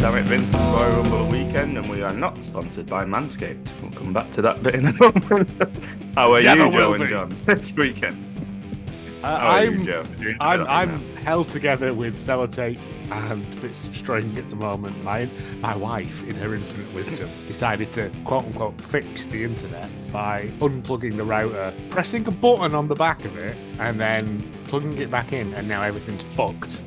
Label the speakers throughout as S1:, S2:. S1: Derek Vinton Royal Rumble weekend, and we are not sponsored by Manscaped. We'll come back to that bit in a moment. How are
S2: Never
S1: you, Joe
S2: will
S1: and
S2: be.
S1: John, this weekend?
S2: Uh,
S1: How are
S2: I'm,
S1: Oh, you, Joe? Doing
S2: I'm,
S1: better
S2: I'm
S1: now.
S2: held together with sellotape and bits of string at the moment. My, my wife, in her infinite wisdom, decided to quote unquote fix the internet by unplugging the router, pressing a button on the back of it, and then plugging it back in, and now everything's fucked.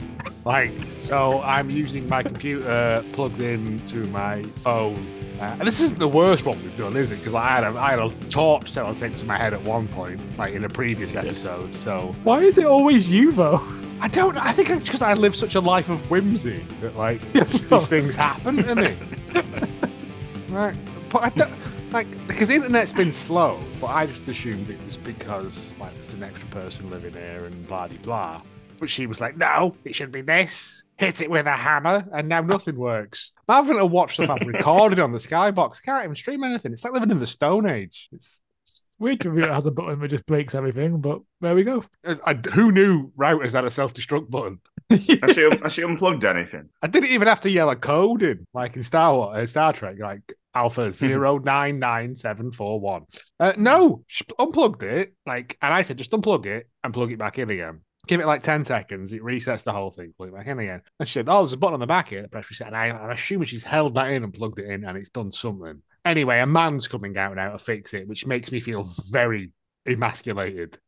S2: Like, so I'm using my computer plugged in to my phone. Uh, and this isn't the worst one we've done, is it? Because I had a, I had a torch sellotape to my head at one point, like in a previous episode. So
S3: Why is it always you though?
S2: I don't. I think it's because I live such a life of whimsy that like
S3: Yeah,
S2: just
S3: sure.
S2: these things happen to me. right, but I don't, like because the internet's been slow. But I just assumed it was because like there's an extra person living here and blah de blah. But she was like, no, it should be this. Hit it with a hammer, and now nothing works. I'm having to watch stuff I've recorded on the Skybox. Can't even stream anything. It's like living in the Stone Age. It's
S3: Weird computer has a button that just breaks everything, but there we go.
S2: I, I- who knew routers had a self-destruct button?
S3: yeah,
S1: Has she, has she unplugged anything?
S2: I didn't even have to yell a code in, like in Star Wars, uh, Star Trek, like
S3: Mm-hmm.
S2: Alpha zero nine nine seven four one. Uh, no, she p- unplugged it, like, and I said just unplug it and plug it back in again. Give it like ten seconds, it resets the whole thing, plug it back in again. And she said, "Oh, there's a button on the back here." Press reset, and I, I'm assuming she's held that in and plugged it in, and it's done something. Anyway, a man's coming out now to fix it, which makes me feel very emasculated.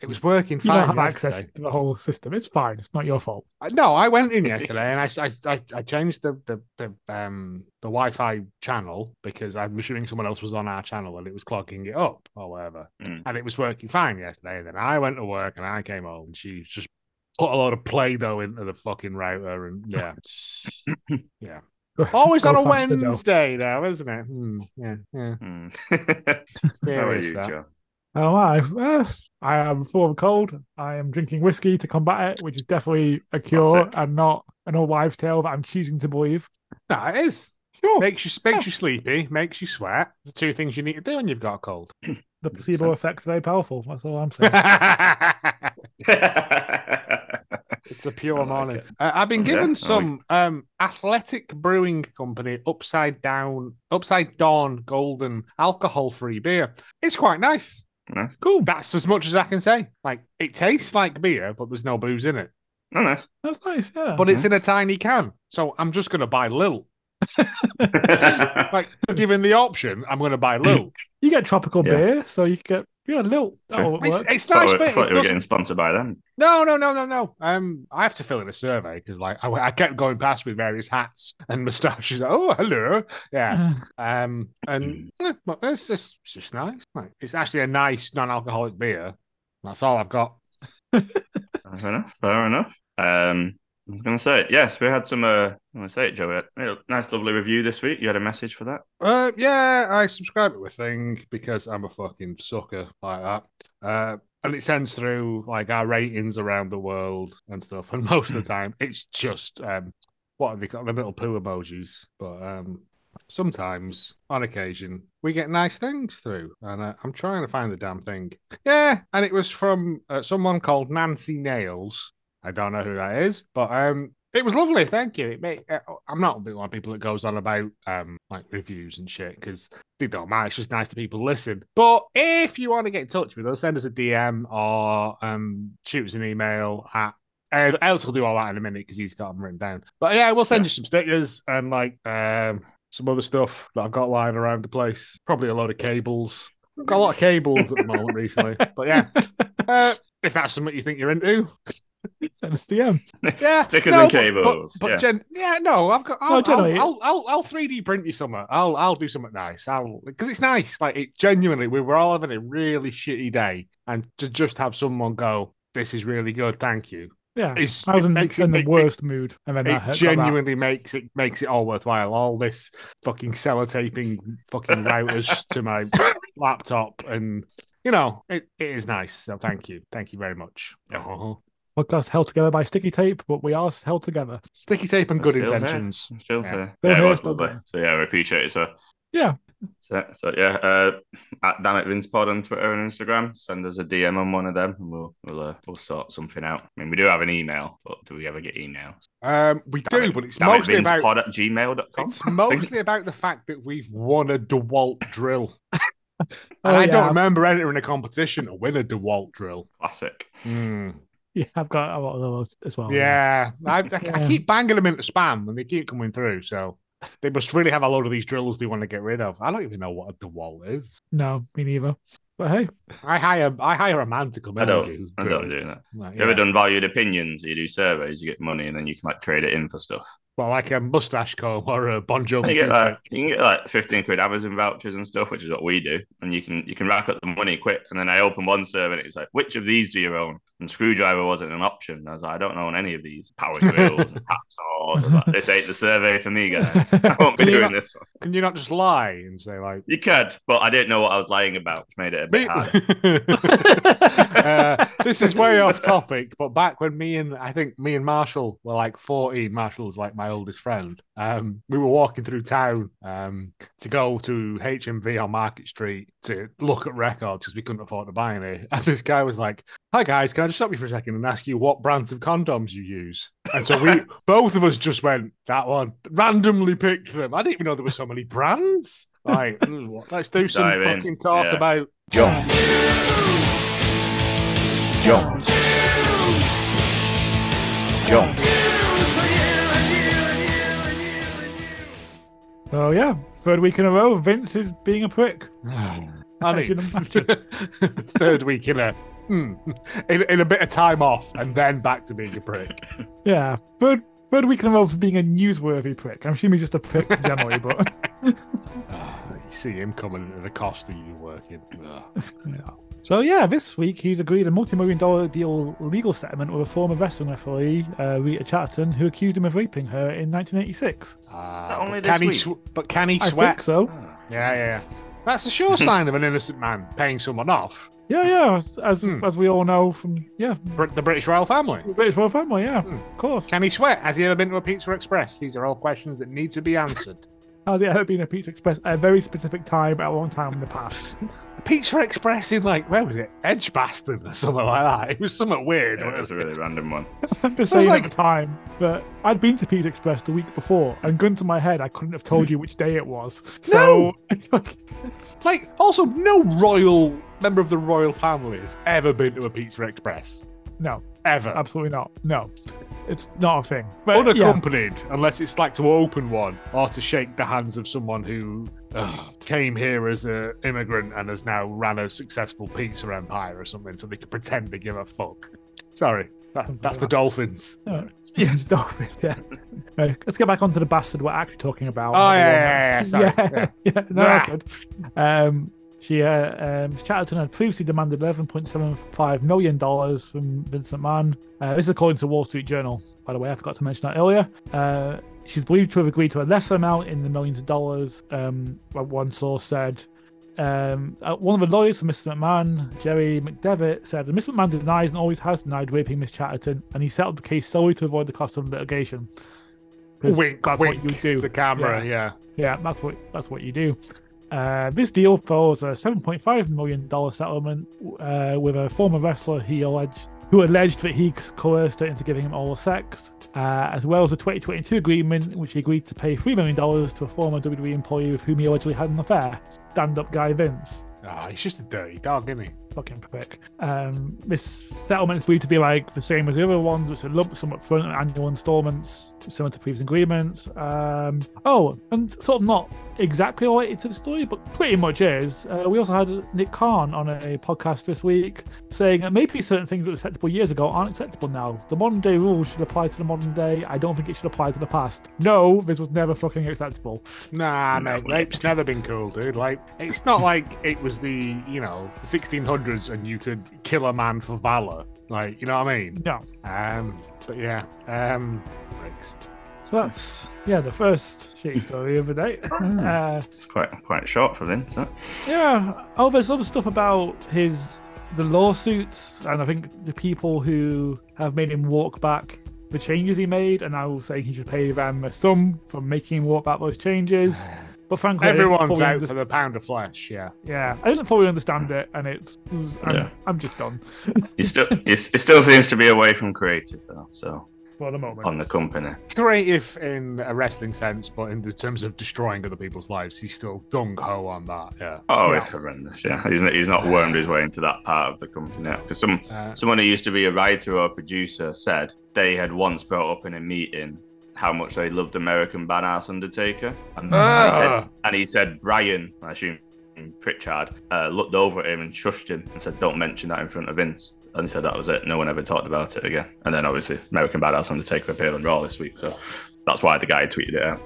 S2: It was working
S3: you
S2: fine.
S3: don't have
S2: yesterday.
S3: access to the whole system. It's fine. It's not your fault.
S2: I- Uh, No, I went in yesterday and I, s- I s- I- I changed the, the, the um the Wi-Fi channel because I'm assuming someone else was on our channel and it was clogging it up or whatever,
S1: Mm.
S2: and it was working fine yesterday. And then I went to work and I came home and she just put a lot of Play-Doh into the fucking router and yeah, yeah. Always
S3: Go
S2: on a
S3: faster, though.
S2: Wednesday now, isn't it? Hmm, yeah, yeah.
S1: Hmm. How are
S2: Serious
S1: you,
S2: that.
S1: Joe?
S3: Oh, I, uh, I am full of cold. I am drinking whiskey to combat it, which is definitely a cure
S1: Classic.
S3: and not an old wives' tale that I'm choosing to believe.
S2: No, it is.
S3: Sure.
S2: Makes you
S3: Oh.
S2: makes you sleepy, makes you sweat. The two things you need to do when you've got a cold.
S3: the placebo effect's very powerful. That's all I'm saying.
S2: it's a
S1: I
S2: pure
S1: like
S2: morning.
S1: it.
S2: Uh, I've been
S1: Yeah, I
S2: given
S1: like
S2: some um, Athletic Brewing Company upside down, upside dawn golden alcohol free beer. It's quite nice.
S3: cool.
S2: That's as much as I can say. Like it tastes like beer, but there's no booze in it.
S1: Oh, nice.
S3: That's nice. Yeah.
S2: But it's in
S1: Uh-huh.
S2: a tiny can, so I'm just gonna buy Lil. Like given the option, I'm gonna buy Lil.
S3: you get tropical
S1: Yeah.
S3: beer, so you get yeah, little. oh,
S1: Sure.
S3: That'll
S2: It's,
S3: work.
S2: it's
S1: thought
S2: nice,
S1: we- thought
S2: but it
S1: you were getting
S2: doesn't.
S1: sponsored by them.
S2: No, no, no, no, no. Um, I have to fill in a survey because like I, I kept going past with various hats and moustaches. Oh, hello, yeah. Um, and eh, well, it's just, it's just nice. Like, it's actually a nice non-alcoholic beer. That's all I've got.
S1: Fair enough. Fair enough. Um, I was going to say, yes, we had some, uh, I'm going to say it, Joe. we had a nice, lovely review this week. You had a message for that?
S2: Uh, yeah, I subscribe to a thing because I'm a fucking sucker like that. Uh, and it sends through like our ratings around the world and stuff. And most of the time, it's just um, what are they called? The little poo emojis. But um, sometimes, on occasion, we get nice things through. And uh, I'm trying to find the damn thing. Yeah, and it was from uh, someone called Nancy Nails. I don't know who that is, but um, it was lovely. Thank you. It made, uh, I'm not one of the people that goes on about um like reviews and shit because they don't matter. It's just nice that people listen. But if you want to get in touch with us, send us a DM or um shoot us an email at. Uh, Els will do all that in a minute because he's got them written down. But yeah, we'll send
S1: Yeah.
S2: you some stickers and like um some other stuff that I've got lying around the place. Probably a load of cables. Got a lot of cables at the moment recently, but yeah. Uh, if that's something you think you're into,
S3: Send us DM.
S2: yeah,
S1: Stickers
S2: no,
S1: and
S2: but- but-
S1: cables,
S2: But,
S1: yeah.
S2: gen- yeah, no, I've got. I'll,
S3: generally-
S2: I'll, I'll, I'll, I'll 3D print you something. I'll, I'll do something nice. I'll because it's nice. Like it genuinely, we were all having a really shitty day, and to just have someone go, "This is really good, thank you."
S3: Yeah.
S2: It's,
S3: I was in,
S2: makes
S3: in the
S2: it, it-
S3: worst mood, and then that
S2: it
S3: hurt- got that.
S2: genuinely makes it makes it all worthwhile. All this fucking sellotaping fucking routers to my laptop, and you know, it, it is nice. So thank you, thank you very much.
S1: Yeah.
S2: Oh.
S3: podcast held together by sticky tape, but we are held together.
S2: Sticky tape and
S1: We're still
S2: good
S1: there.
S2: intentions.
S1: I'm still
S2: Yeah.
S1: there. Yeah,
S3: Still
S1: it
S3: here,
S1: was
S3: still
S1: lovely.
S3: there.
S1: So, yeah, I appreciate it. So,
S3: Yeah,
S1: So, so yeah, uh, at Damn It Vince Pod on Twitter and Instagram. Send us a DM on one of them, and we'll we'll, uh, we'll sort something out. I mean, we do have an email, but do we ever get emails?
S2: Um, we
S1: Damn
S2: do,
S1: it-
S2: but it's
S1: Damn It
S2: mostly
S1: Vince
S2: about
S1: Pod at gmail.com.
S2: it's
S1: I think.
S2: mostly about the fact that we've won a Dewalt drill, and
S3: Oh,
S2: I
S3: yeah,
S2: don't remember entering a competition to win a Dewalt drill.
S1: classic.
S2: Hmm.
S3: Yeah, I've got a lot of those as well.
S2: yeah, I, I, I
S3: Oh, Yeah.
S2: keep banging them into spam, and they keep coming through. So they must really have a load of these drills they want to get rid of. I don't even know what a Dewalt is.
S3: No, me neither. But hey,
S2: I hire I hire a man to come
S1: I
S2: in. and
S1: don't. I
S2: drill.
S1: don't do that.
S2: Like,
S1: You ever
S2: yeah.
S1: done valued opinions? You do surveys, you get money, and then you can like trade it in for stuff.
S2: Well, like a mustache comb or a Bon
S1: You
S2: Jovi.
S1: get
S2: toothpick.
S1: like you can get like fifteen quid Amazon vouchers and stuff, which is what we do. And you can you can rack up the money quick. And then I opened one survey, and it was like, which of these do you own? And screwdriver wasn't an option. I was like, I don't own any of these power drills and tap saws. I was like, this ain't the survey for me, guys. I won't be
S2: Can you
S1: doing
S2: not-
S1: this one.
S2: Can you not just lie and say like?
S1: You could, but I didn't know what I was lying about, which made it a bit
S2: Me-
S1: harder.
S2: uh, this is way off topic, but back when me and I think me and Marshall were like 14, Marshall's like my oldest friend. Um, we were walking through town um, to go to HMV on Market Street to look at records because we couldn't afford to buy any. And this guy was like, Hi guys, can I just stop you for a second and ask you what brands of condoms you use? And so we both of us just went, That one, randomly picked them. I didn't even know there were so many brands. Like, ooh, let's do some
S1: Dive in,
S2: fucking talk
S1: yeah.
S2: about
S4: Jones. Jones. Jones.
S3: oh yeah, third week in a row, Vince is being a prick.
S2: I mean,
S3: can
S2: Ah, third week in a hmm, in, in a bit of time off, and then back to being a prick.
S3: Yeah, third third week in a row for being a newsworthy prick. I'm assuming he's just a prick generally, but
S2: Ah, you see him coming at the cost of you working. Ugh.
S3: so yeah, this week he's agreed a multi-million dollar deal legal settlement with a former wrestling referee, uh, Rita Chatterton, who accused him of raping her in 1986.
S2: Ah,
S1: Not only
S2: but can
S1: this
S2: he sw- but can he
S3: I think
S2: sweat?
S3: so.
S1: Ah.
S2: Yeah, yeah, yeah. That's a sure sign of an innocent man paying someone off.
S3: Yeah, yeah, as as,
S2: Hmm.
S3: as we all know from yeah,
S2: Br- the British royal family.
S3: British royal family. Yeah,
S2: Hmm.
S3: of course.
S2: Can he sweat? Has he ever been to a Pizza Express? These are all questions that need to be answered.
S3: Has it ever been a Pizza Express at a very specific time at a long time in the past?
S2: Pizza Express in like where was it? Edgebaston or something like that. It was somewhat weird.
S1: Yeah, it was a really random one.
S3: I'm just
S2: Sounds
S3: saying
S2: like-
S3: at the time that I'd been to Pizza Express the week before, and gun to my head, I couldn't have told you which day it was. So,
S2: Like, also, no royal member of the royal family has ever been to a Pizza Express.
S3: no,
S2: Ever.
S3: absolutely not. No, it's not a thing. But yeah,
S2: Unaccompanied, unless it's like to open one or to shake the hands of someone who ugh, came here as an immigrant and has now ran a successful pizza empire or something, so they can pretend they give a fuck. Sorry, that, that's the Dolphins.
S3: Yeah.
S2: Sorry.
S3: yeah, stop it. Yeah. Right, let's get back onto the bastard we're actually talking about.
S2: Oh, yeah,
S3: everyone.
S2: yeah, yeah, sorry.
S3: yeah,
S2: Yeah.
S3: yeah, no, that's
S2: Ah.
S3: good. Um, she, uh, um, Chatterton had previously demanded $11.75 million from Vince McMahon. Uh, this is according to Wall Street Journal, by the way. I forgot to mention that earlier. Uh, she's believed to have agreed to a lesser amount in the millions of dollars. Um, what one source said. Um, uh, one of the lawyers for Mr. McMahon, Jerry McDevitt, said that Mr. McMahon denies and always has denied raping Miss Chatterton, and he settled the case solely to avoid the cost of litigation. 'Cause
S2: Wink,
S3: that's
S2: wink
S3: what you do.
S2: to the camera, yeah.
S3: Yeah, that's what that's what you do. Uh, this deal follows a 7.5 million dollar settlement uh, with a former wrestler he alleged who alleged that he coerced her into giving him oral sex, uh, as well as a 2022 agreement in which he agreed to pay three million dollars to a former WWE employee with whom he allegedly had an affair. Stand-up guy Vince
S2: Ah, he's just a dirty dog, isn't he?
S3: fucking prick. Um, this settlement is believed to be like the same as the other ones, which are lump sum up front and annual installments, similar to previous agreements. Um, oh, and sort of not exactly related to the story, but pretty much is. Uh, we also had Nick Khan on a podcast this week saying that maybe certain things that were acceptable years ago aren't acceptable now. The modern day rules should apply to the modern day. I don't think it should apply to the past. No, this was never fucking acceptable.
S2: Nah,
S1: No,
S2: mate,
S1: like-
S2: rape's never been cool, dude. Like, it's not like it was the, you know, the 1600s and you could kill a man for valor. Like, you know what I mean?
S3: No.
S2: Um, but yeah, um, bricks.
S3: So that's, yeah, the first shitty story of the day. Uh,
S1: It's quite quite short for Vince. Huh?
S3: Yeah. Oh, there's other stuff about his the lawsuits, and I think the people who have made him walk back the changes he made, and I will say he should pay them a sum for making him walk back those changes. But frankly, I didn't
S2: Everyone's
S3: fully
S2: out
S3: underst-
S2: for the pound of flesh. Yeah.
S3: yeah, I didn't fully understand it, and it was. I'm,
S1: Yeah.
S3: I'm just done
S1: It still, it's, it still seems to be away from creative though. So
S3: for the moment.
S1: on the company,
S2: Creative in a wrestling sense, but in the terms of destroying other people's lives, he's still gung ho on that. Yeah.
S1: oh,
S3: Yeah.
S1: it's horrendous. Yeah, he's not, he's not wormed his way into that part of the company because some
S2: Uh,
S1: someone who used to be a writer or a producer said they had once brought up in a meeting how much they loved American Badass Undertaker, and, and he said,
S2: ah,
S1: and he said Brian, I assume Pritchard, uh, looked over at him and shushed him and said, "Don't mention that in front of Vince." And he said that was it. No one ever talked about it again. And then obviously American Badass Undertaker appeared on Raw this week, so that's why the guy tweeted it out.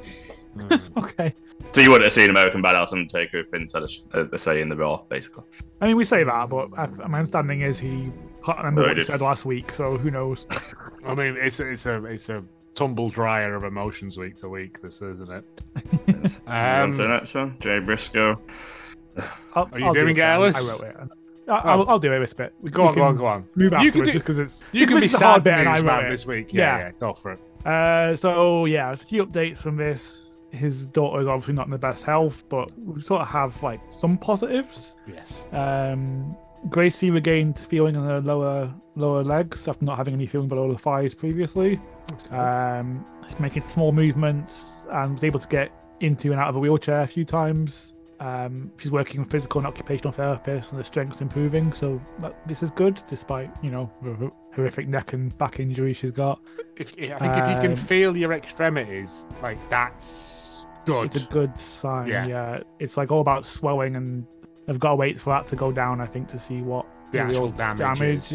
S2: mm.
S3: Okay.
S1: So you wouldn't have seen American Badass Undertaker if Vince had a, sh- uh, a, a say in the Raw, basically.
S3: I mean, we say that, but I, my understanding is he can't remember
S1: No, he
S3: what he
S1: didn't.
S3: said last week, so who knows?
S2: I mean, it's a, it's a it's a tumble dryer of emotions week to week. This isn't it?
S1: on to the
S2: Um,
S1: next one, Jay Briscoe.
S3: I'll,
S2: Are you
S3: I'll do
S2: doing
S3: it, then.
S2: Gallus?
S3: I will. Wait. I, I'll, I'll do it with bit. We,
S2: go
S3: we
S2: on,
S3: can
S2: go on, go on.
S3: Move
S2: You can
S3: afterwards
S2: do-
S3: just because it's
S2: You can be
S3: it's a hard
S2: sad
S3: bit, and I
S2: news
S3: wrote
S2: man
S3: it.
S2: this week. Yeah,
S3: Yeah.
S2: yeah, go for it.
S3: Uh, so yeah, there's a few updates from this. His daughter's obviously not in the best health, but we sort of have like some positives.
S2: Yes.
S3: Um, Gracie regained feeling in her lower lower legs after not having any feeling below the thighs previously. Um, she's making small movements and was able to get into and out of a wheelchair a few times. Um, she's working with physical and occupational therapists, and her strength's improving. So that, this is good, despite you know the horrific neck and back injury she's got.
S2: If, I think if you
S3: um,
S2: can feel your extremities, like that's good.
S3: It's a good sign. Yeah.
S2: Yeah.
S3: It's like all about swelling, and they've got to wait for that to go down, I think, to see what
S2: the
S3: real
S2: actual damage,
S3: damage
S2: is.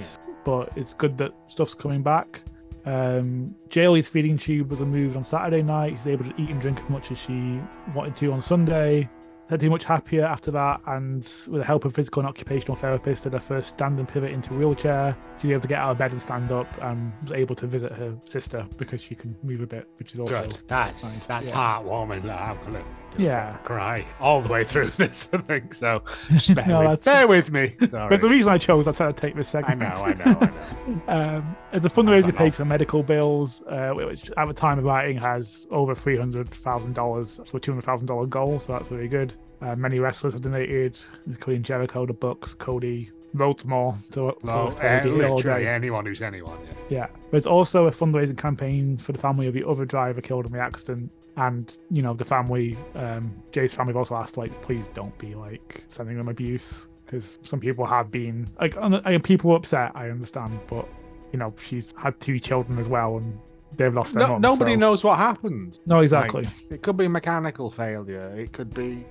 S3: is. But it's good that stuff's coming back. Um, Jaylee's feeding tube was removed on Saturday night. She's able to eat and drink as much as she wanted to on Sunday. They're much happier after that, and with the help of physical and occupational therapists, did her first stand and pivot into a wheelchair. She was able to get out of bed and stand up, and was able to visit her sister because she can move a bit, which is also
S2: Good. That's
S3: nice,
S2: that's
S3: yeah.
S2: heartwarming. That I'm gonna just
S3: Yeah.
S2: cry all the way through this. I think so. Just bear,
S3: No,
S2: with,
S3: that's-
S2: bear with me.
S3: There's a
S2: Sorry.
S3: reason I chose. That's how I take this
S2: I
S3: segment.
S2: know. I know. I know.
S3: Um, it's a
S2: I
S3: fundraiser
S2: know.
S3: page for medical bills, uh, which at the time of writing has over three hundred thousand dollars, so a two hundred thousand dollar goal. So that's really good. Uh, many wrestlers have donated, including Jericho, the Bucks, Cody, loads more. So
S2: Well,
S3: so
S2: eh,
S3: they did it all
S2: literally
S3: day.
S2: anyone who's anyone. Yeah.
S3: Yeah. There's also a fundraising campaign for the family of the other driver killed in the accident. And, you know, the family, um, Jay's family have also asked, like, please don't be, like, sending them abuse. Because some people have been, like, un- I mean, people are upset, I understand. But, you know, she's had two children as well and they've lost their
S2: No,
S3: mum,
S2: nobody
S3: so-
S2: knows what happened.
S3: No, exactly.
S2: It could be mechanical failure. It could be.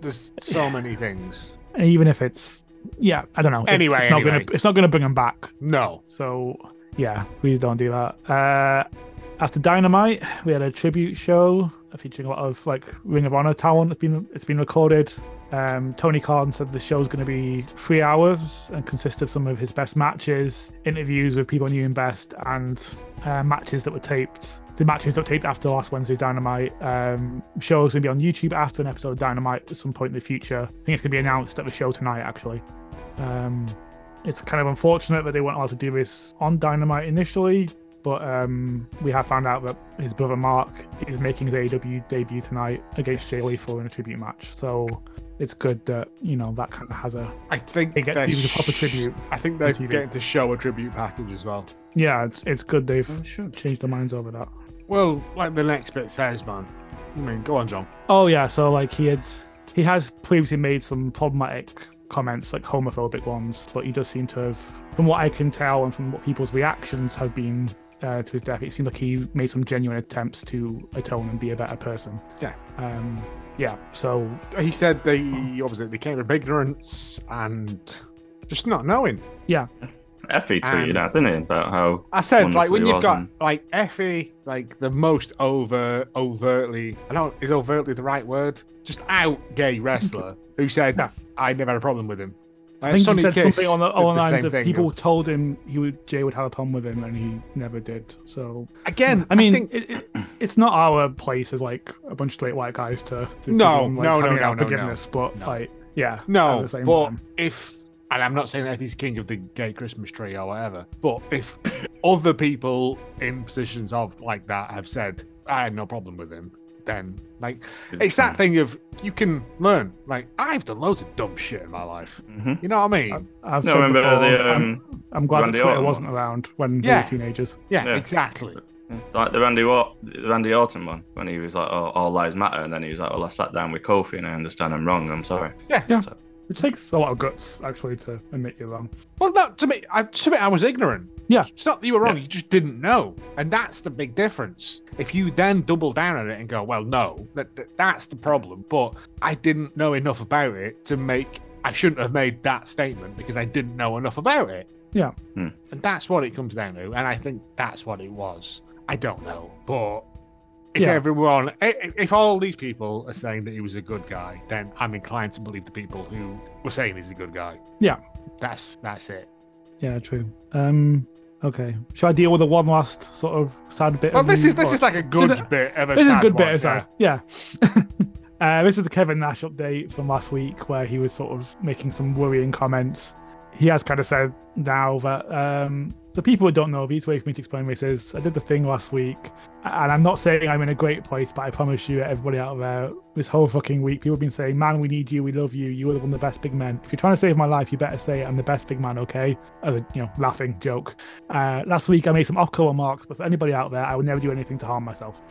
S2: There's so many things.
S3: And even if it's, yeah, I don't know. It's-
S2: Anyway,
S3: it's not
S2: anyway.
S3: gonna, it's not gonna bring them back.
S2: No.
S3: So yeah, please don't do that. Uh, after Dynamite, we had a tribute show uh, featuring a lot of like Ring of Honor talent. It's been it's been recorded. Um, Tony Khan said the show's going to be three hours and consist of some of his best matches, interviews with people he knew him best, and uh, matches that were taped. The matches that were taped after last Wednesday's Dynamite. Um, show's going to be on YouTube after an episode of Dynamite at some point in the future. I think it's going to be announced at the show tonight, actually. Um, it's kind of unfortunate that they weren't allowed to do this on Dynamite initially, but um, we have found out that his brother Mark is making his AEW debut tonight against Jay Lethal in a tribute match. So it's good that you know that kind of has a
S2: I think
S3: They get
S2: they're
S3: to do the proper
S2: sh-
S3: tribute
S2: I think they're
S3: on TV.
S2: getting to show a tribute package as well.
S3: yeah. It's it's good they've
S1: sure.
S3: changed their minds over that.
S2: Well, like the next bit says, man. I mean, go on, John.
S3: Oh yeah, so like he had he has previously made some problematic comments, like homophobic ones, but he does seem to have, from what I can tell and from what people's reactions have been uh, to his death, it seemed like he made some genuine attempts to atone and be a better person.
S2: Yeah.
S3: Um. Yeah. So
S2: He said they obviously they came of ignorance and just not knowing.
S3: yeah,
S1: Effie E tweeted
S2: Um,
S1: out, didn't he, about how
S2: I said, like when
S1: Wonderfully
S2: you've got
S1: wasn't.
S2: like Effie, like the most over, overtly, I don't is overtly the right word, just out gay wrestler who said
S3: Yeah.
S2: I never had a problem with him.
S3: I think
S2: Sonny
S3: he said
S2: Kiss
S3: something on the,
S2: did
S3: on the
S2: same
S3: lines of
S2: thing.
S3: people told him he would Jay would have a problem with him, and he never did. So
S2: Again,
S3: I mean,
S2: think,
S3: it, it, it's not our place as like a bunch of straight white guys to, to
S2: No,
S3: give them, like,
S2: no, no,
S3: handing
S2: no,
S3: out
S2: no, no.
S3: forgiveness, but
S2: No.
S3: like, yeah, at
S2: no,
S3: the same
S2: but
S3: time.
S2: if and I'm not saying Effie's king of the gay Christmas tree or whatever, but if other people in positions of like that have said I had no problem with him, then. Like it's that thing of you can learn. Like I've done loads of dumb shit in my life.
S1: Mhm.
S2: You know what I mean?
S3: I've
S1: No,
S3: said
S1: remember
S3: before,
S1: the
S3: I'm-
S1: um,
S3: I'm glad that
S1: Randy
S3: Twitter
S1: Orton
S3: wasn't around when we
S2: Yeah.
S3: were teenagers.
S2: Yeah,
S1: Yeah.
S2: exactly.
S1: like the Randy Or- the Randy Orton one when he was like, "Oh, all lives matter," and then he was like, "Well, I sat down with Kofi and I understand I'm wrong. I'm sorry."
S3: It takes a lot of guts actually to admit you're wrong.
S2: Well, no, to me, I, to me, I was ignorant.
S3: Yeah.
S2: It's not that you were wrong; you just didn't know, and that's the big difference. If you then double down on it and go, "Well, no, that, that that's the problem," but I didn't know enough about it to make. I shouldn't have made that statement because I didn't know enough about it.
S3: Yeah.
S1: Hmm.
S2: And that's what it comes down to, and I think that's what it was. I don't know, but if
S3: Yeah.
S2: everyone, i- i- if all these people are saying that he was a good guy, then I'm inclined to believe the people who were saying he's a good guy.
S3: Yeah.
S2: That's that's it.
S3: Yeah, true. Um, okay. Shall I deal with the one last sort of sad bit?
S2: Well,
S3: of
S2: this
S3: news?
S2: is this
S3: Or-
S2: is like a good
S3: Is it-
S2: bit of a.
S3: this is a
S2: sad
S3: good
S2: one,
S3: bit of sad. Yeah. uh, this is the Kevin Nash update from last week where he was sort of making some worrying comments. He has kind of said now that um, the people who don't know, the easiest way for me to explain this is I did the thing last week, and I'm not saying I'm in a great place, but I promise you, everybody out there, this whole fucking week, people have been saying, Man, we need you, we love you, you are one of the best big men. If you're trying to save my life, you better say I'm the best big man, okay? As a, you know, laughing joke. Uh, last week, I made some off color remarks, but for anybody out there, I would never do anything to harm myself.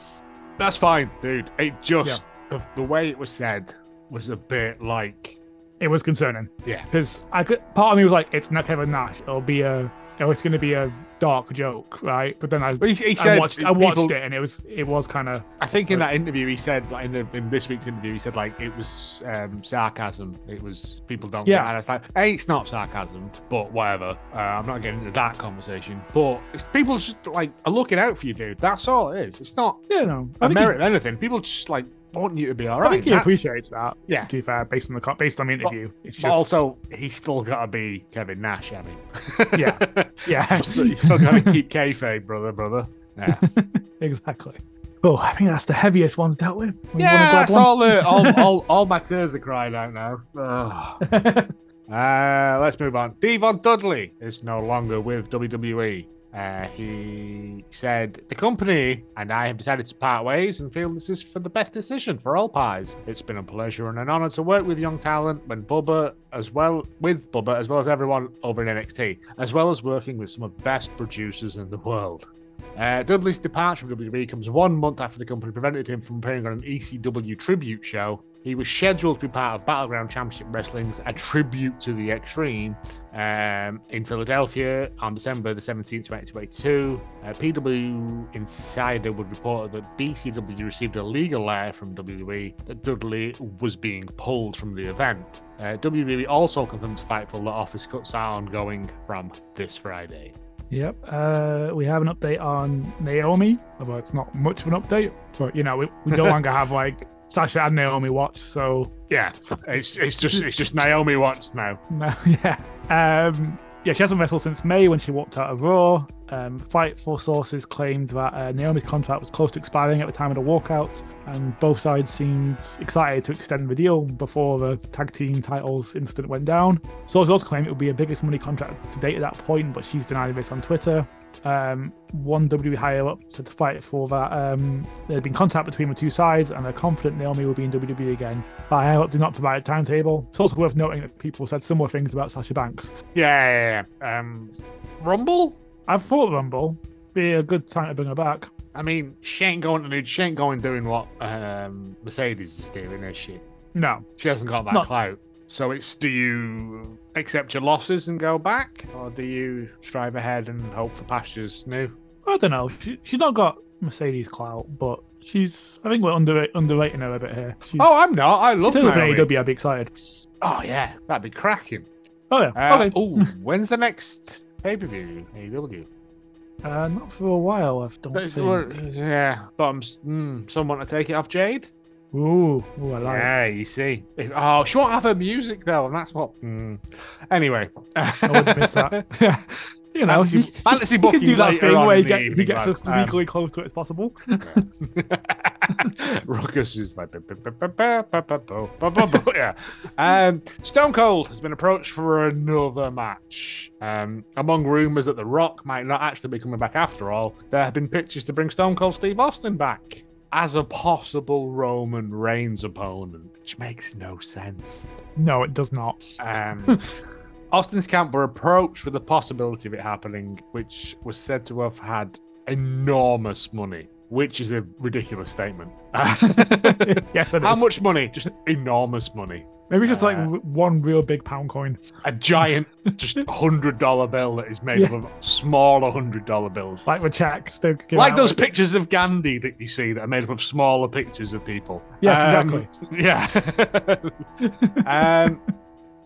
S2: That's fine, dude. It just the, the way it was said was a bit like
S3: it was concerning.
S2: Yeah.
S3: because I could. Part of me was like, it's not Kevin Nash. It'll be a. It was going to be a dark joke, right? But then I,
S2: But he, he
S3: I
S2: said.
S3: watched. I watched
S2: people-
S3: it, and it was. It was kind of.
S2: I think in that interview he said, like in, the, in this week's interview, he said like it was um, sarcasm. It was people don't.
S3: Yeah.
S2: Get, and I was like, hey, it's not sarcasm, but whatever. Uh, I'm not getting into that conversation. But it's, people just like are looking out for you, dude. That's all it is. It's not
S3: You know, I
S2: a
S3: think,
S2: merit
S3: he,
S2: of anything. People just like want you to be all
S3: I
S2: right.
S3: think he
S2: That's-
S3: appreciates that.
S2: Yeah.
S3: To be fair, based on the co- based on the interview, it's
S2: But
S3: just
S2: also, he's still got to be Kevin Nash. I mean,
S3: Yeah. yeah,
S2: he's still, he's still got to keep kayfabe, brother, brother. Yeah,
S3: exactly. Oh, I think that's the heaviest one's dealt with. We wanna
S2: yeah
S3: grab
S2: that's
S3: one?
S2: all, the, all, all. All my tears are crying out now. Ugh. Uh, let's move on. Devon Dudley is no longer with WWE. Uh, he said, The company and I have decided to part ways and feel this is for the best decision for all pies. It's been a pleasure and an honor to work with young talent when Bubba, as well with Bubba, as well as everyone over in NXT, as well as working with some of the best producers in the world. Uh, Dudley's departure from WWE comes one month after the company prevented him from appearing on an ECW tribute show. He was scheduled to be part of Battleground Championship Wrestling's A Tribute to the Extreme um, in Philadelphia on December the 17th, 2022. Uh, PW Insider would report that BCW received a legal letter from WWE that Dudley was being pulled from the event. Uh, WWE also confirmed to Fightful that office cuts are ongoing from this Friday.
S3: Yep. Uh, we have an update on Naomi, although it's not much of an update. But you know, we, we no longer have like Sasha and Naomi watch, so
S2: Yeah, it's it's just it's just Naomi Watts now.
S3: No, yeah. Um, yeah, she hasn't wrestled since May when she walked out of Raw. Um, Fightful sources claimed that uh, Naomi's contract was close to expiring at the time of the walkout, and both sides seemed excited to extend the deal before the tag team titles incident went down. Sources also claimed it would be her biggest money contract to date at that point, but she's denying this on Twitter. Um, one WWE higher up said to Fightful that um, there had been contact between the two sides, and they're confident Naomi will be in WWE again but I hope did not provide a timetable. It's also worth noting that people said similar things about Sasha Banks.
S2: Yeah, yeah, yeah. Um, Rumble.
S3: I thought Rumble be a good time to bring her back.
S2: I mean, she ain't going to do- she ain't going doing what um, Mercedes is doing, is she?
S3: No,
S2: She hasn't got that
S3: No.
S2: clout. So it's do you accept your losses and go back, or do you strive ahead and hope for pastures new?
S3: I don't know. She, she's not got Mercedes clout, but she's. I think we're under, underrating her a bit here. She's,
S2: Oh, I'm not. I
S3: if she
S2: love
S3: turns up in
S2: Naomi.
S3: AEW, I'd be excited.
S2: Oh yeah, that'd be cracking.
S3: Oh yeah.
S2: Uh,
S3: okay.
S2: Oh, when's the next pay per view? AEW.
S3: Uh, not for a while. I've done.
S2: That's- we're- Uh, Yeah, but I'm. s- Mm, someone to take it off Jade.
S3: Ooh, ooh, I like. it.
S2: Yeah, you see. If- oh, she won't have her music though, and that's what.
S3: Hmm.
S2: Mm. Anyway,
S3: I wouldn't miss that. Yeah. You know,
S2: Fantasy-
S3: you,
S2: fantasy
S3: you
S2: booking
S3: can do that
S2: later
S3: thing
S2: on
S3: where you
S2: in the
S3: get, you
S2: evening,
S3: get as
S2: lads. Um,
S3: legally close to it as possible.
S2: Ruckus is like, "Ba, ba, ba, ba, ba, ba, ba, ba, ba, ba, ba," yeah. Um, Stone Cold has been approached for another match. Um, among rumors that The Rock might not actually be coming back after all, there have been pictures to bring Stone Cold Steve Austin back. as a possible Roman Reigns opponent, which makes no sense.
S3: No, it does not.
S2: Um, Austin's camp were approached with the possibility of it happening, which was said to have had enormous money, which is a ridiculous statement.
S3: yes, it
S2: How
S3: is.
S2: much money? Just enormous money.
S3: Maybe just like
S2: Uh,
S3: w- one real big pound coin.
S2: A giant, just hundred dollar bill that is made
S3: Yeah.
S2: up of smaller hundred dollar bills.
S3: Like with checks. They give
S2: like
S3: out
S2: those
S3: with-
S2: pictures of Gandhi that you see that are made up of smaller pictures of people.
S3: Yes,
S2: Um,
S3: exactly.
S2: Yeah. um,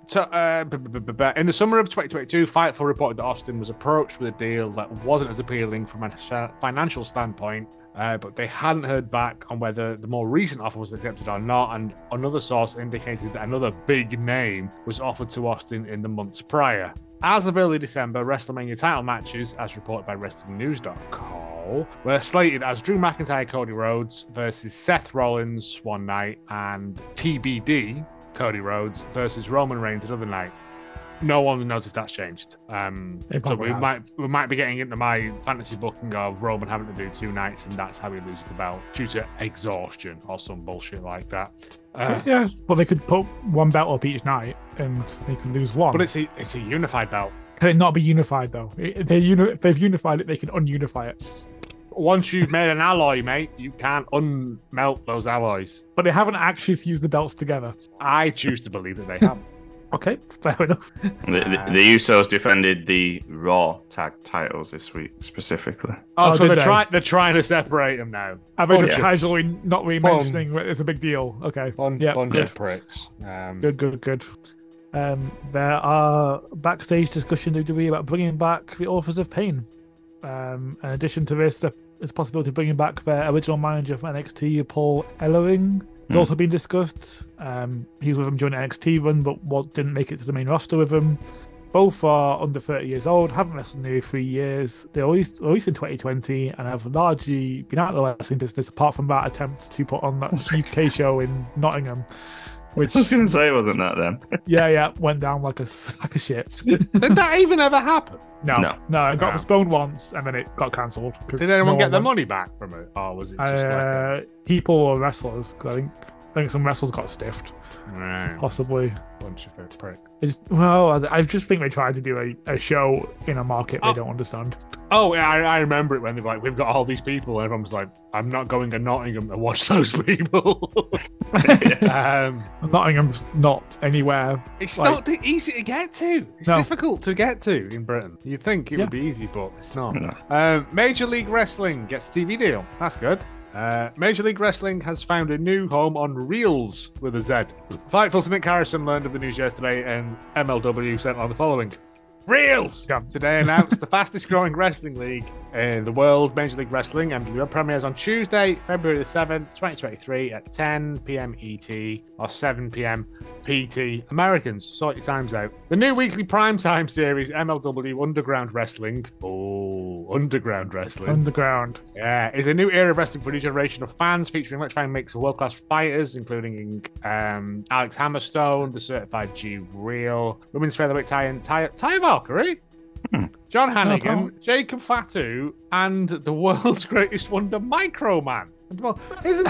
S2: so, uh, b- b- b- b- in the summer of 2022, Fightful reported that Austin was approached with a deal that wasn't as appealing from a sha- financial standpoint, uh, but they hadn't heard back on whether the more recent offer was accepted or not. And another source indicated that another big name was offered to Austin in the months prior. As of early December, WrestleMania title matches, as reported by WrestlingNews.com, were slated as Drew McIntyre, Cody Rhodes versus Seth Rollins one night, and TBD, Cody Rhodes versus Roman Reigns another night. No one knows if that's changed. Um,
S3: It
S2: so
S3: probably
S2: we
S3: has.
S2: might we might be getting into my fantasy booking of Roman having to do two nights, and that's how he loses the belt due to exhaustion or some bullshit like that. Uh,
S3: yeah, but they could put one belt up each night and they could lose one.
S2: but it's a it's a unified belt.
S3: Can it not be unified though? It, they uni- if they've unified it, they can ununify it.
S2: once you've made an alloy, mate, you can't unmelt those alloys.
S3: But they haven't actually fused the belts together.
S2: I choose to believe that they have.
S3: Okay, fair enough.
S1: The,
S2: Ah.
S1: the, the Usos defended the Raw tag titles this week specifically.
S2: Oh,
S3: Oh,
S2: so
S3: did
S2: they're,
S3: they?
S2: try- they're trying to separate them now.
S3: I've been
S2: Oh,
S3: just
S1: yeah.
S3: casually not really
S2: Bun.
S3: mentioning that it's a big deal. Okay,
S2: Bun-
S3: Yeah,
S2: bunch
S3: good.
S2: of pricks. Um,
S3: good, good, good. Um, there are backstage discussion WWE about bringing back the authors of pain. Um, in addition to this, there is a possibility of bringing back their original manager from NXT, Paul Ellering. It's
S1: Hmm.
S3: also been discussed. Um, he was with them during the NXT run, but what didn't make it to the main roster with him. Both are under 30 years old, haven't wrestled nearly three years. They were released, released in 2020 and have largely been out of the wrestling business, apart from that attempt to put on that UK show in Nottingham, which
S1: I was going to say, wasn't that then?
S3: yeah, yeah, went down like a sack of shit.
S2: Did that even ever happen?
S3: No,
S1: No.
S3: no, it got
S2: No.
S3: postponed once and then it got cancelled. 'cause
S2: Did anyone
S3: no
S2: get
S3: one
S2: their
S3: went.
S2: money back from it? Or was it just like.
S3: Uh, people or wrestlers? 'cause I think I think some wrestlers got stiffed,
S2: A Right,
S3: possibly.
S2: bunch of pricks.
S3: It's, well, I I just think they tried to do a, a show in a market
S2: Oh.
S3: they don't understand.
S2: Oh, yeah, I, I remember it when they were like, we've got all these people. And everyone's like, I'm not going to Nottingham to watch those people. um,
S3: Nottingham's not anywhere.
S2: It's
S3: Like-
S2: not not easy to get to. It's
S3: No.
S2: difficult to get to in Britain. You'd think it
S3: Yeah.
S2: would be easy, but it's not.
S1: No.
S2: Um, Major League Wrestling gets a TV deal. That's good. Uh, Major League Wrestling has found a new home on Reels with a Z. Fightful's Nick Harrison learned of the news yesterday, and MLW sent on the following. Reels
S3: Yeah.
S2: today announced the fastest growing wrestling league in the world, Major League Wrestling, and the premieres on Tuesday, February the 7th, 2023, at 10 p.m. ET E or 7 p.m. PT. Americans, sort your times out. The new weekly primetime series, MLW Underground Wrestling. Oh, Underground Wrestling.
S3: Underground.
S2: Yeah, it's a new era of wrestling for a new generation of fans, featuring electrifying mix of world-class fighters, including um, Alex Hammerstone, the Certified G Real, women's featherweight tie-in Ty, Ty Valkyrie,
S1: Hmm.
S2: John
S3: come
S2: Hannigan,
S3: on.
S2: Jacob Fatu, and the world's greatest wonder, Microman. Well, Isn't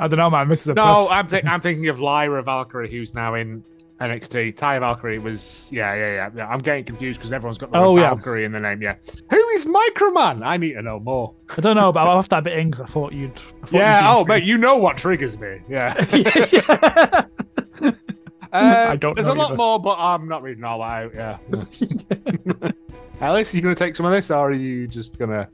S3: I don't know, man. This is a
S2: no?
S3: press-
S2: I'm, thi- I'm thinking of Lyra Valkyrie, who's now in NXT. Ty Valkyrie was yeah, yeah, yeah. yeah. I'm getting confused because everyone's got the
S3: Oh,
S2: word
S3: yeah.
S2: Valkyrie in the name. Yeah, who is Microman? I need to know more.
S3: I don't know, but I'll have that bit in 'cause I thought you'd. I thought
S2: Yeah. Oh,
S3: you'd be
S2: mate, you know what triggers me. Yeah.
S3: intrigued. yeah.
S2: Uh,
S3: I don't
S2: There's a
S3: know
S2: lot
S3: either.
S2: more, but I'm not reading all that out. Yeah. Alex, are you gonna take some of this, or are you just gonna?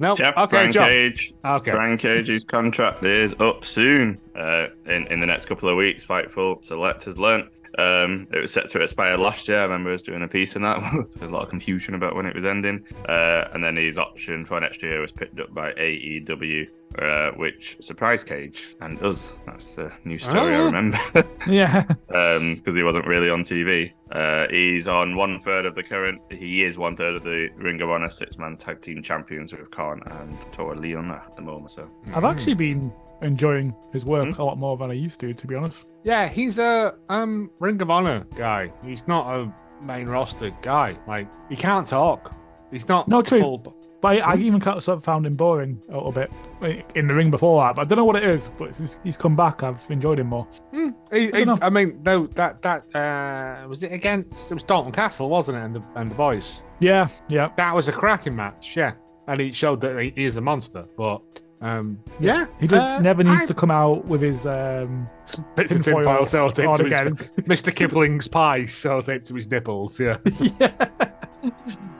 S2: No.
S1: Yep,
S2: okay,
S1: Brian
S2: John.
S1: Cage.
S2: Okay.
S1: Brian Cage's contract is up soon. Uh, in in the next couple of weeks, Fightful Select has learnt. Um, it was set to expire last year. I remember us doing a piece on that. There was a lot of confusion about when it was ending. Uh, and then his option for next year was picked up by AEW, uh, which surprised Cage and us. That's the new story
S2: Oh.
S1: I remember.
S3: yeah.
S1: because he wasn't really on TV. Uh, he's on one third of the current. He is one third of the Ring of Honor six man tag team champions with Khan and Tora Leon at the moment. So
S2: Hmm.
S3: I've actually been enjoying his work a lot more than I used to, to be honest.
S2: Yeah, he's a um Ring of Honor guy. He's not a main roster guy. Like he can't talk. He's not.
S3: No, true.
S2: Full...
S3: But I, I even kind of sort of found him boring a little bit like, in the ring before that. But I don't know what it is. But it's just- he's come back. I've enjoyed him more.
S2: Hmm, he-
S3: I
S2: he-
S3: dunno.
S2: I mean, no, that that uh, was it against it was Dalton Castle, wasn't it? And the and the boys.
S3: Yeah, yeah.
S2: That was a cracking match, yeah. And he showed that he is a monster, but um, yeah,
S3: He just
S2: uh,
S3: never needs
S2: I-
S3: to come out with his um,
S2: Bits of tinfoil
S3: tinfoil
S2: sellotape
S3: on
S2: to his-
S3: again.
S2: Mr. Kipling's pie sellotape to his nipples, yeah.
S3: yeah.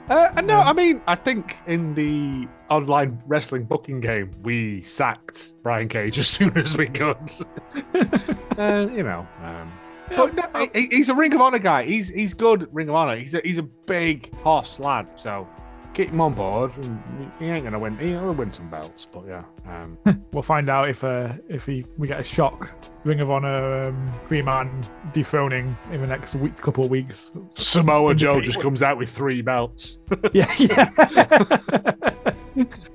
S2: Uh, and no,
S3: Yeah.
S2: I mean, I think in the online wrestling booking game, we sacked Brian Cage as soon as we could. uh, you know, um, but no, he- he- he's a Ring of Honor guy. He's he's good at Ring of Honor. He's a, he's a big horse lad, so get him on board. And he- he ain't gonna win. He'll win some belts, but yeah. Um,
S3: We'll find out if uh, if he, we get a shock Ring of Honor um, three man dethroning in the next week, couple of weeks.
S2: Samoa Joe just comes out with three belts.
S3: yeah, yeah.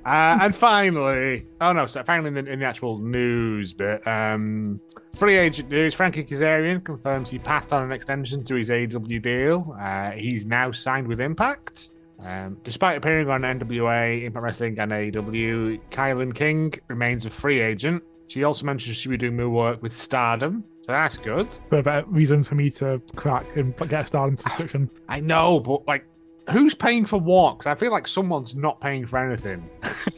S2: Uh, and finally, oh no, so finally in the, in the actual news bit, um, free agent news: Frankie Kazarian confirms he passed on an extension to his AEW deal. Uh, he's now signed with Impact. Um, despite appearing on NWA, Impact Wrestling, and AEW, Kylan King remains a free agent. She also mentioned she will be doing more work with Stardom, so that's good.
S3: but that reason for me to crack and get a Stardom subscription.
S2: I know, but like, who's paying for walks? I feel like someone's not paying for anything,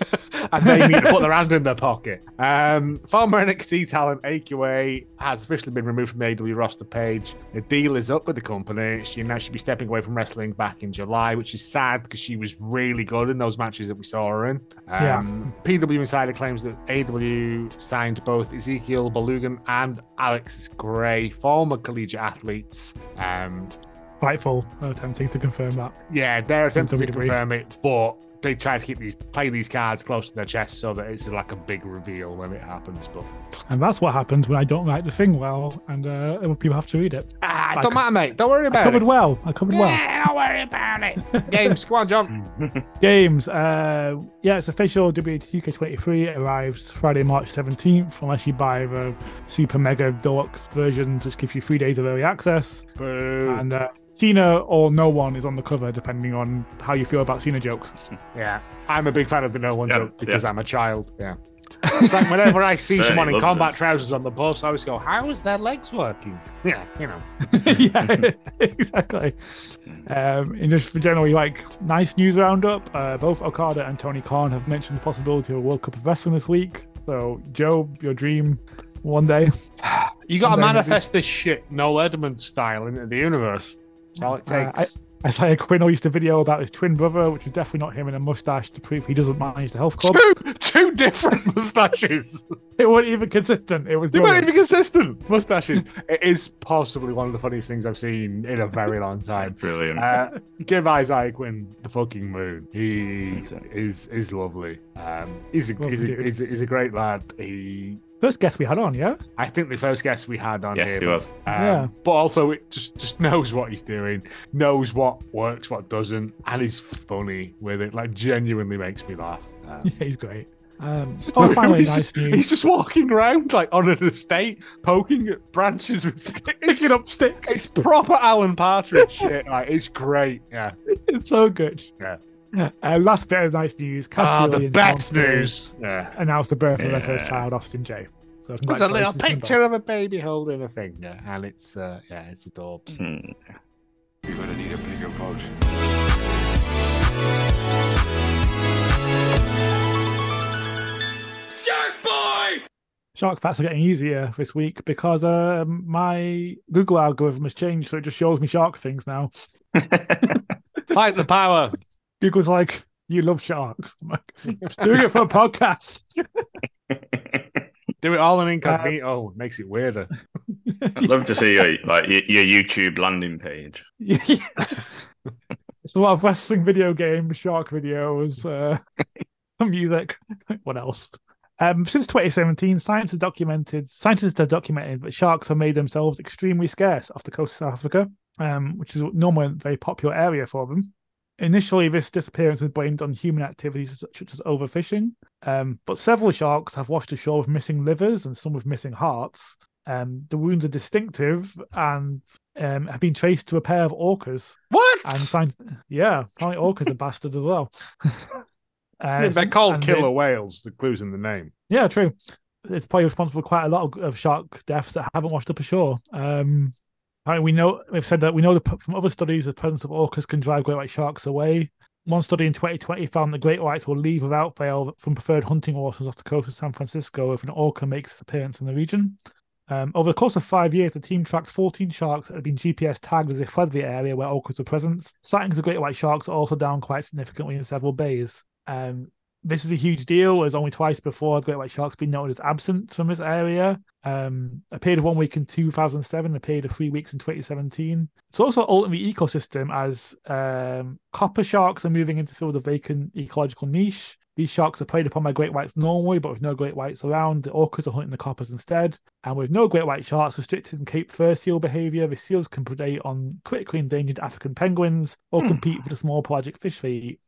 S2: and they need to put their hand in their pocket. Um, former NXT talent AQA has officially been removed from the AW roster page. The deal is up with the company. She now should be stepping away from wrestling back in July, which is sad because she was really good in those matches that we saw her in.
S3: Yeah.
S2: Um, PW Insider claims that AW signed both Ezekiel Balugan and Alex Gray, former collegiate athletes. Um,
S3: Fightful are attempting to confirm that.
S2: yeah, they're attempting
S3: some
S2: to
S3: degree.
S2: confirm it, but they try to keep these play these cards close to their chest so that it's like a big reveal when it happens. But
S3: And that's what happens when I don't write the thing well and uh, other people have to read it.
S2: ah,
S3: I
S2: don't
S3: c-
S2: matter, mate. Don't worry
S3: I
S2: about
S3: covered
S2: it.
S3: well. I covered well.
S2: Yeah, don't worry about it. Games, come on, John.
S3: Games. Uh, yeah, it's official. WH UK23 arrives Friday, March 17th, unless you buy the super mega deluxe versions, which gives you three days of early access.
S2: Boo.
S3: And uh, Cena or no one is on the cover, depending on how you feel about Cena jokes.
S2: Yeah, I'm a big fan of the no one
S1: Yeah,
S2: joke because I'm a child. Yeah. It's like whenever I see
S1: Bernie
S2: someone in
S1: loves
S2: combat
S1: it.
S2: trousers on the bus, I always go, "How is their legs working?" Yeah, you know.
S3: yeah, exactly. Um, and just for generally, like, nice news roundup. Uh, both Okada and Tony Khan have mentioned the possibility of a World Cup of Wrestling this week. So, Joe, your dream one day.
S2: You got to
S3: And then-
S2: manifest this shit, Noel Edmonds style, into the universe. That's all it
S3: Uh, I-
S2: takes.
S3: Isaiah Quinn released a video about his twin brother, which was definitely not him in a mustache to prove he doesn't manage the health club.
S2: two, two different mustaches.
S3: it wasn't even consistent. It was
S2: They weren't
S3: brilliant.
S2: even consistent. Mustaches. it is possibly one of the funniest things I've seen in a very long time.
S1: Brilliant.
S2: Uh, give Isaac Quinn the fucking moon. He
S1: Exactly.
S2: is is lovely. Um, he's a,
S3: Lovely
S2: he's, a,
S3: dude.
S2: he's, a, he's a great lad. He,
S3: first guest we had on, yeah?
S2: I think, the first guest we had on
S1: yes,
S2: him.
S1: he was.
S2: Um,
S3: Yeah.
S2: But also, it just just knows what he's doing, knows what works, what doesn't, and he's funny with it. Like genuinely makes me laugh. Um,
S3: Yeah, he's great. Um, oh, finally,
S2: he's,
S3: nice
S2: just,
S3: news.
S2: he's just walking around like on an estate, poking at branches with sticks.
S3: Picking up
S2: It's
S3: sticks.
S2: proper Alan Partridge shit. Like it's great. Yeah.
S3: It's so good.
S2: Yeah.
S3: Uh, last bit of nice news.
S2: Ah, the
S3: Cassidy
S2: best
S3: announced-
S2: news. Yeah.
S3: Announced the birth of their first
S1: Yeah.
S3: child, Austin J. So
S2: There's a little
S3: congratulations to them both.
S2: picture of a baby holding a finger, and it's uh, yeah, it's adorbs.
S1: Hmm.
S4: You're gonna need a bigger boat.
S3: Shark facts are getting easier this week because uh, my Google algorithm has changed, so it just shows me shark things now.
S2: Fight the power.
S3: Google's like, "You love sharks." I'm like, "Just doing it for a podcast."
S2: Do it all in
S3: Uh,
S2: incognito. Makes it weirder.
S1: I'd love to see your like your, your YouTube landing page.
S3: it's a lot of wrestling video games, shark videos, uh, some music. what else? Um, since 2017, science has documented scientists have documented that sharks have made themselves extremely scarce off the coast of South Africa, um, which is normally a very popular area for them. Initially, this disappearance was blamed on human activities such as overfishing, um, but several sharks have washed ashore with missing livers and some with missing hearts. Um, the wounds are distinctive and um, have been traced to a pair of orcas.
S2: What?
S3: And signed, yeah, apparently orcas are bastards as well.
S2: I mean, they're called
S3: and
S2: killer
S3: they-
S2: whales. The clues in the name.
S3: Yeah, true. It's probably responsible for quite a lot of, of shark deaths that haven't washed up ashore. Um, apparently we know we've said that we know the, from other studies the presence of orcas can drive great white sharks away. One study in 2020 found that great whites will leave without fail from preferred hunting waters off the coast of San Francisco if an orca makes its appearance in the region. Um, over the course of five years, the team tracked 14 sharks that had been GPS tagged as they fled the area where orcas were present. Sightings of great white sharks are also down quite significantly in several bays. Um, this is a huge deal. As only twice before the great white sharks been noted as absent from this area. Um, a period of one week in 2007, a period of three weeks in 2017. It's also altering the ecosystem as um, copper sharks are moving into field of vacant ecological niche. These sharks are preyed upon by great whites normally, but with no great whites around, the orcas are hunting the coppers instead. And with no great white sharks restricted in Cape Fur seal behavior, the seals can predate on critically endangered African penguins or
S2: Hmm.
S3: compete for the small pelagic fish they eat.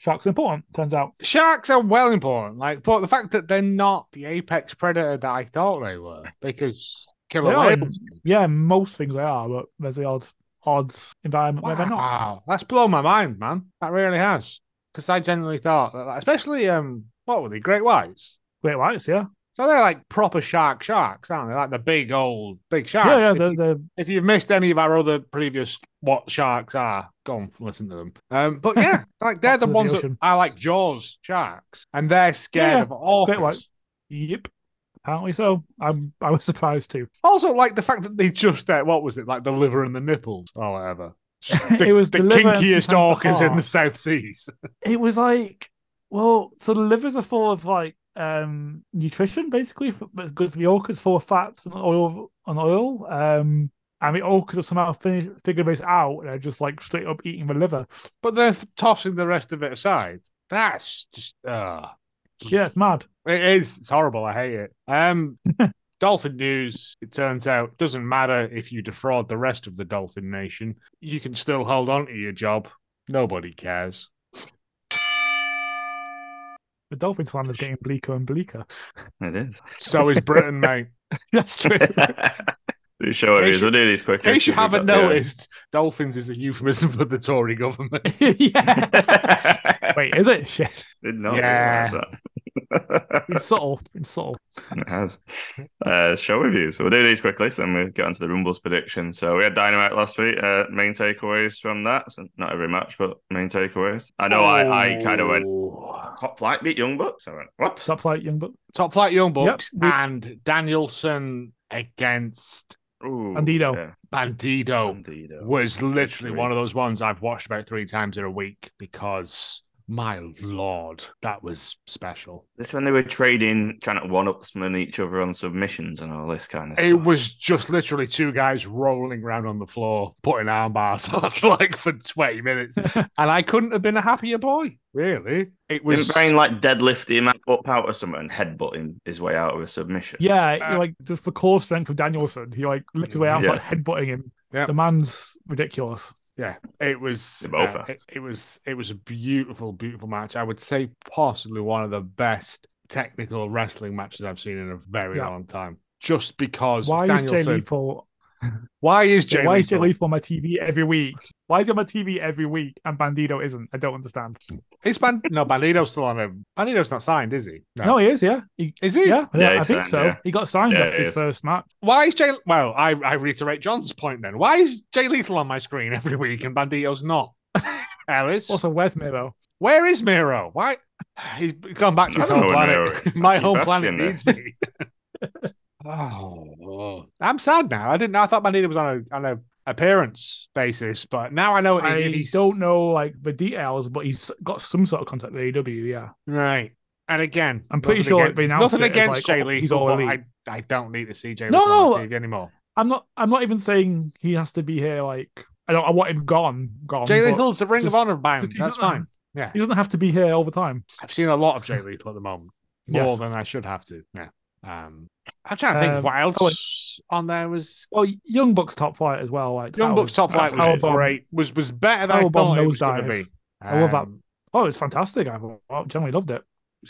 S3: Sharks are important, turns out.
S2: Sharks are well important, like, but the fact that they're not the apex predator that I thought they were, because killer
S3: They are in-
S2: whales.
S3: Yeah, most things they are, but there's the odd, odd environment where they're not.
S2: Wow, that's blown my mind, man. That really has, because I generally thought that, like, especially um, what were they, great whites?
S3: Great whites, yeah,
S2: So they're like proper shark sharks, aren't they? Like the big old big sharks.
S3: yeah, yeah.
S2: If
S3: They're,
S2: you-
S3: they're,
S2: if you've missed any of our other previous what sharks are, go and listen to them. Um, but yeah, like they're
S3: Up
S2: the
S3: to the
S2: ones that
S3: ocean.
S2: are like Jaws sharks, and they're scared
S3: Yeah,
S2: of orcas.
S3: great white. yep. Apparently so. I'm. I was surprised too.
S2: Also, like the fact that they just ate what was it, like the liver and the nipples or whatever.
S3: it was
S2: the
S3: the liver and
S2: kinkiest
S3: sometimes
S2: orcas in the
S3: heart.
S2: South Seas.
S3: It was like, well, so the livers are full of like um nutrition, basically, f- but it's good for the orcas, full of fats and oil and oil. Um, and the orcas have somehow fin- figured this out. and They're just like straight up eating the liver.
S2: But they're tossing the rest of it aside. That's just uh
S3: Yeah, it's mad.
S2: It is. It's horrible. I hate it. Um, dolphin news. It turns out doesn't matter if you defraud the rest of the dolphin nation. You can still hold on to your job. Nobody cares.
S3: The dolphin slam is getting bleaker and bleaker.
S1: It is.
S2: So is Britain, mate.
S3: That's true.
S1: Pretty sure it
S2: case
S1: is.
S2: you-
S1: We'll do these
S2: In
S1: quickly.
S2: case you
S1: 'cause we've
S2: haven't
S1: got- yeah.
S2: noticed, dolphins is a euphemism for the Tory government.
S3: yeah. Wait, is it? Shit.
S1: Did not
S2: Yeah.
S1: realize that.
S3: It's subtle. It's subtle.
S1: It has. Uh, show reviews. So we'll do these quickly, so then we'll get onto the Rumbles prediction. So we had Dynamite last week. Uh, main takeaways from that. So not every match, but main takeaways. I know I, I kind of went,
S2: Oh.
S1: Top Flight beat Young Bucks. I went, what?
S3: Top flight, young buck.
S2: Top flight Young Bucks
S3: we-
S2: and Danielson against
S1: Ooh,
S3: Bandido.
S1: Yeah.
S2: Bandido
S1: Bandido.
S2: was literally
S1: Agreed.
S2: one of those ones I've watched about three times in a week because my lord, that was special.
S1: This when they were trading, trying to one upsman each other on submissions and all this kind of stuff.
S2: It was just literally two guys rolling around on the floor, putting arm bars on like for 20 minutes. and I couldn't have been a happier boy, really. It
S1: Didn't
S2: was
S1: Brian like deadlift him up out or something and headbutting his way out of a submission?
S3: Yeah, he,
S2: Uh,
S3: like just the core strength of Danielson. He like lifted way out,
S1: Yeah.
S3: like headbutting him.
S2: Yeah.
S3: The man's ridiculous.
S2: it was uh,
S1: They both are.
S2: it, it was it was a beautiful, beautiful match. I would say possibly one of the best technical wrestling matches I've seen in a very
S3: Yeah.
S2: long time. Just because it's
S3: Why is Jay
S2: Danielson.
S3: Lethal?
S2: Why is Jay
S3: why is Jay
S2: Lethal?
S3: Lethal on my TV every week? Why is he on my TV every week and Bandito isn't? I don't understand.
S2: Is Ban- no Bandido's still on him. Bandido's not signed, is he?
S3: No, he is. Yeah, he,
S2: Is he?
S3: yeah,
S1: Yeah,
S3: yeah, I
S1: he's
S3: think
S1: signed,
S3: so.
S1: yeah.
S3: He got signed
S1: Yeah,
S3: after
S1: he
S3: his
S1: is.
S3: first match.
S2: Why is Jay? Well, I, I reiterate John's point then. Why is Jay Lethal on my screen every week and Bandito's not? Ellis,
S3: Also, where's Miro?
S2: where is Miro? Why? He's gone back to
S1: I
S2: his
S1: don't
S2: home
S1: know where Miro
S2: planet.
S1: is.
S2: my
S1: Keep
S2: home planet
S1: asking
S2: needs me. oh, I'm sad now. I didn't. know. I thought Bandito was on a on a appearance basis, but now I know. if- if
S3: I
S2: he's-
S3: don't know like the details, but he's got some sort of contact with AEW. Yeah,
S2: Right. And again,
S3: I'm pretty
S2: nothing
S3: sure
S2: against,
S3: they announced
S2: nothing
S3: it as,
S2: against
S3: like,
S2: Jay
S3: oh, he's
S2: Lethal,
S3: all
S2: but
S3: elite.
S2: I, I don't need to see Jay
S3: No,
S2: Lethal on
S3: no.
S2: TV anymore.
S3: I'm not. I'm not even saying he has to be here. Like I don't. I want him gone. Gone.
S2: Jay
S3: Um, but
S2: Lethal's the Ring
S3: just-
S2: of Honor band.
S3: just- he
S2: That's
S3: doesn't-
S2: fine. Yeah.
S3: He doesn't have to be here all the time.
S2: I've seen a lot of Jay Lethal at the moment, more
S3: Yes.
S2: than I should have to. Yeah. Um, I'm trying to think
S3: Um,
S2: what
S3: oh, wait.
S2: else on there was.
S3: Well, Young Bucks top flight as well. Like
S2: Young
S3: that
S2: Bucks
S3: was-
S2: top
S3: that's
S2: flight was
S3: Powerbomb.
S2: great. Was was better than I
S3: Powerbomb
S2: thought it was going to
S3: nosedive.
S2: be.
S3: I love that.
S2: Um,
S3: Oh, it's fantastic. I I generally loved it.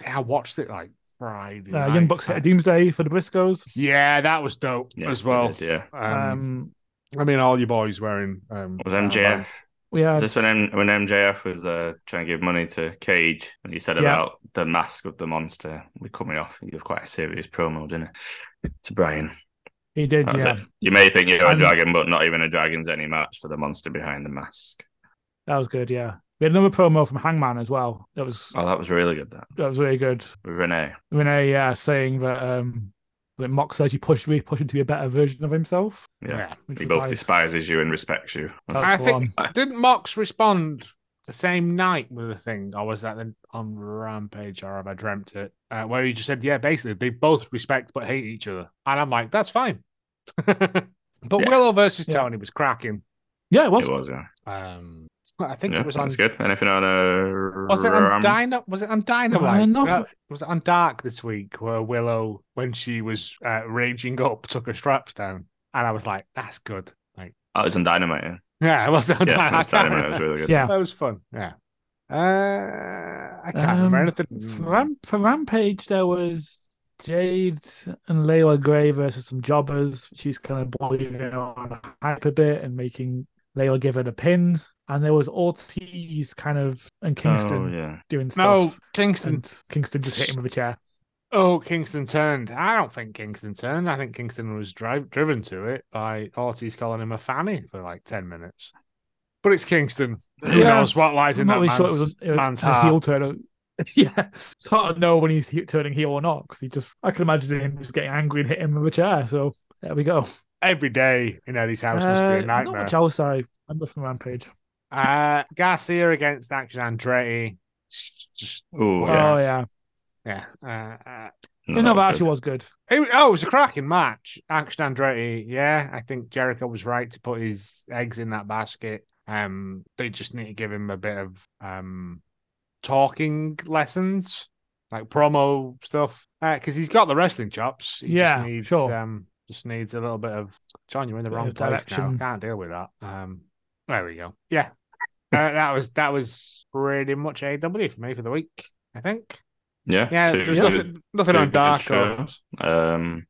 S2: I watched it like Friday.
S3: Uh, Young
S2: night.
S3: Bucks hit a doomsday for the Briscoes.
S2: Yeah, that was dope
S1: Yes,
S2: as
S1: they
S2: well.
S1: did, yeah.
S2: Um,
S3: Um,
S2: I mean, all your boys wearing. Um,
S1: Was
S2: armbands.
S1: MJF
S3: We had
S1: Is this when, M- when MJF was uh, trying to give money to Cage and he said
S3: Yeah.
S1: about the mask of the monster we're coming off? You have quite a serious promo, didn't it? To Brian.
S3: he did,
S1: That's
S3: yeah.
S1: it. You may think you're a
S3: And-
S1: dragon, but not even a dragon's any match for the monster behind the mask.
S3: That was good, yeah. We had another promo from Hangman as well. That was
S1: Oh, that was really good, that.
S3: that was really good.
S1: Renee.
S3: Renee uh, saying that um that Mox says he pushed really pushed him to be a better version of himself.
S1: Yeah.
S3: which
S1: He
S3: was
S1: both
S3: nice.
S1: despises you and respects you. That's-
S3: That's
S2: I
S3: the
S2: think didn't Mox respond the same night with the thing, or was that the, on Rampage, or have I dreamt it? Uh, where he just said, "Yeah, basically they both respect but hate each other," and I'm like, "That's fine." but
S1: Yeah.
S2: Willow versus
S3: Yeah.
S2: Tony was cracking.
S3: Yeah, it was.
S1: it was, yeah.
S2: Um, I think
S1: yeah
S2: it was on.
S1: that's good. Anything on a.
S2: Was it on Dino? Was it on Dynamite?
S3: know.
S2: That- was it on Dark this week where Willow, when she was uh, raging up, took her straps down, and I was like, "That's good." Like,
S1: Oh, it was on Dynamite. Yeah,
S2: yeah, it was on
S1: yeah it was
S2: Dynamite.
S1: Dynamite. It was really good.
S3: Yeah.
S2: That was fun. Yeah. Uh, I can't remember
S3: Um,
S2: anything.
S3: For, Ram- for Rampage, there was Jade and Layla Gray versus some jobbers. She's kind of bullying her on hype a bit and making Layla give her the pin. And there was Ortiz kind of and Kingston
S1: Oh, yeah.
S3: doing
S2: no,
S3: stuff.
S2: Kingston.
S3: And Kingston just hit him with a chair.
S2: Oh, Kingston turned. I don't think Kingston turned. I think Kingston was dri- driven to it by Ortiz calling him a fanny for like 10 minutes. But it's Kingston. Who
S3: Yeah.
S2: knows what lies in
S3: I'm
S2: that man's,
S3: not really sure it was a, it was
S2: man's
S3: a
S2: heart?
S3: heel turn. yeah, so I don't know when he's he- turning heel or not because he just, I can imagine him just getting angry and hitting him with a chair. So there we go.
S2: Every day in Eddie's house must be
S3: Uh,
S2: a
S3: not
S2: nightmare.
S3: much else I remember from Rampage.
S2: Uh, Garcia against Action Andretti. Just,
S1: Ooh, yeah.
S2: Oh,
S3: Oh, yeah.
S2: yeah. Uh, uh,
S1: No,
S3: No,
S1: that was
S3: no, but
S1: good.
S3: actually was good.
S2: It, was- oh, it was a cracking match. Action Andretti, yeah. I think Jericho was right to put his eggs in that basket. Um, they just need to give him a bit of um talking lessons, like promo stuff, because he's got the wrestling chops. He
S3: Yeah,
S2: just needs,
S3: sure.
S2: Um, just needs a little bit of John. You're in the
S3: Bit
S2: wrong
S3: of
S2: place now.
S3: direction.
S2: Can't deal with that. Um, there we go. Yeah, uh, that was that was pretty much AW for me for the week. I think.
S1: Yeah.
S2: Yeah,
S1: two
S2: there was
S1: good-
S2: nothing,
S1: two
S2: nothing on
S1: good
S2: Dark. Or,
S1: shows. Um,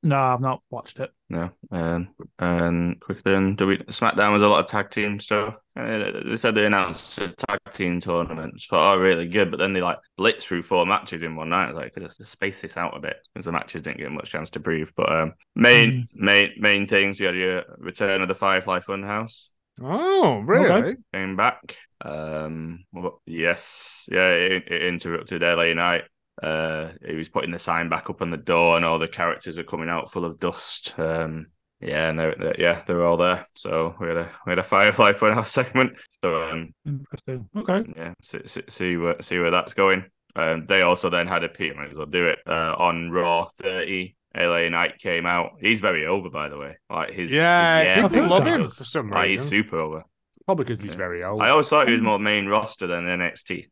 S3: No, I've not watched it.
S1: No, um, and quickly then, do we SmackDown was a lot of tag team stuff. Uh, they said they announced a tag team tournament. Just thought, oh, really good. But then they like blitzed through four matches in one night. I was like, could have spaced this out a bit because the matches didn't get much chance to breathe. But um, main main main things, you had your return of the Firefly Funhouse
S2: oh, really?
S1: came back. Um, what about- yes, yeah, it, it interrupted LA Night. Uh, he was putting the sign back up on the door, and all the characters are coming out full of dust. Um, yeah, and they're, they're- yeah, they're all there. So we had a we had a Firefly Fun House segment. So um,
S3: Interesting. Okay.
S1: yeah, see see, see where see where that's going. Um, they also then had a P. Might as well do it uh, on Raw thirty. LA Knight came out. He's very over, by the way. Like his
S2: Yeah,
S1: his,
S3: people
S1: he
S3: love
S2: him
S1: does.
S2: for some
S1: Like, he's
S2: reason.
S1: super over.
S2: Probably because he's
S1: Yeah.
S2: very old.
S1: I always
S2: Hmm.
S1: thought he was more main roster than NXT.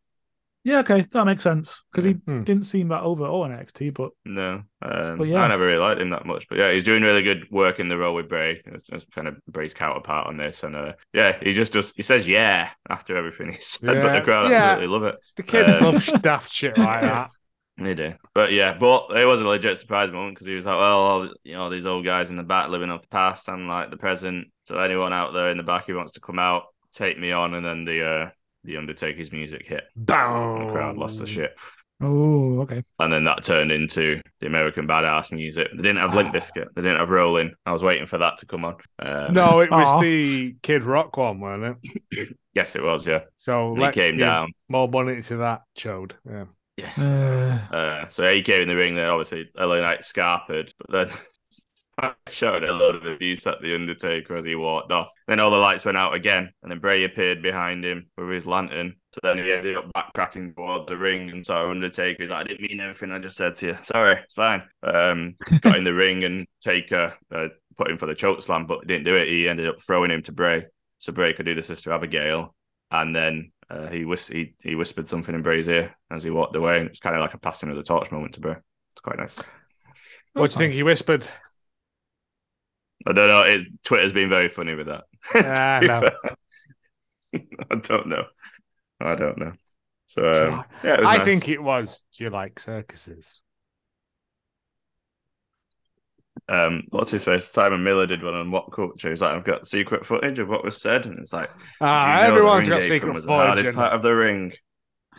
S3: Yeah, okay. That makes sense because he
S2: Hmm.
S3: didn't seem that over all NXT, but
S1: No,
S2: Oh,
S1: um,
S3: But yeah.
S1: I never really liked him that much. But yeah, he's doing really good work in the role with Bray. That's, that's kind of Bray's counterpart on this. And uh, yeah, he just does. He says yeah after everything he said, but
S2: Yeah,
S1: the crowd
S2: yeah.
S1: absolutely love it.
S2: the kids
S1: Um,
S2: love daft shit like that.
S1: They do. But yeah, but it was a legit surprise moment because he was like, well, all, you know, these old guys in the back living off the past. I'm like the present. So anyone out there in the back who wants to come out, take me on. And then the uh, the Undertaker's music hit. And
S2: Boom.
S1: the crowd lost the shit.
S3: oh, okay.
S1: and then that turned into the American Badass music. They didn't have Limp Biscuit. They didn't have Rolling. I was waiting for that to come on. Um,
S2: No, it was
S3: Aw.
S2: the Kid Rock one, wasn't it?
S1: Yes, it was. Yeah,
S2: So
S1: And he
S2: let's
S1: came
S2: give
S1: down.
S2: more money to that chode. Yeah.
S1: Yes.
S3: Uh,
S1: Uh, so he came in the ring. Then obviously LA Knight scarpered, but then shouted a load of abuse at the Undertaker as he walked off. Then all the lights went out again, and then Bray appeared behind him with his lantern. So then he ended up backtracking towards the ring and saw Undertaker. He's like, "I didn't mean everything I just said to you. Sorry, it's fine." Um, got in the ring and Taker uh, put him for the choke slam, but didn't do it. He ended up throwing him to Bray, so Bray could do the Sister Abigail, and then uh, he, whis- he he whispered something in Bray's ear as he walked away. It's kind of like a passing of the torch moment to Bray. It's quite nice.
S2: What do you think he whispered?
S1: I don't know. It's, Twitter's been very funny with that.
S2: Ah,
S1: To be
S2: no.
S1: fair. I don't know. I don't know. So um, yeah, it was
S2: I
S1: nice.
S2: think it was. Do you like circuses?
S1: um, what's his face? Simon Miller did one on What Culture. He's like, I've got secret footage of what was said, and it's like,
S2: Ah,
S1: "Do you know the
S2: everyone's
S1: ring
S2: got
S1: apron
S2: secret
S1: was the hardest
S2: footage.
S1: part of the ring.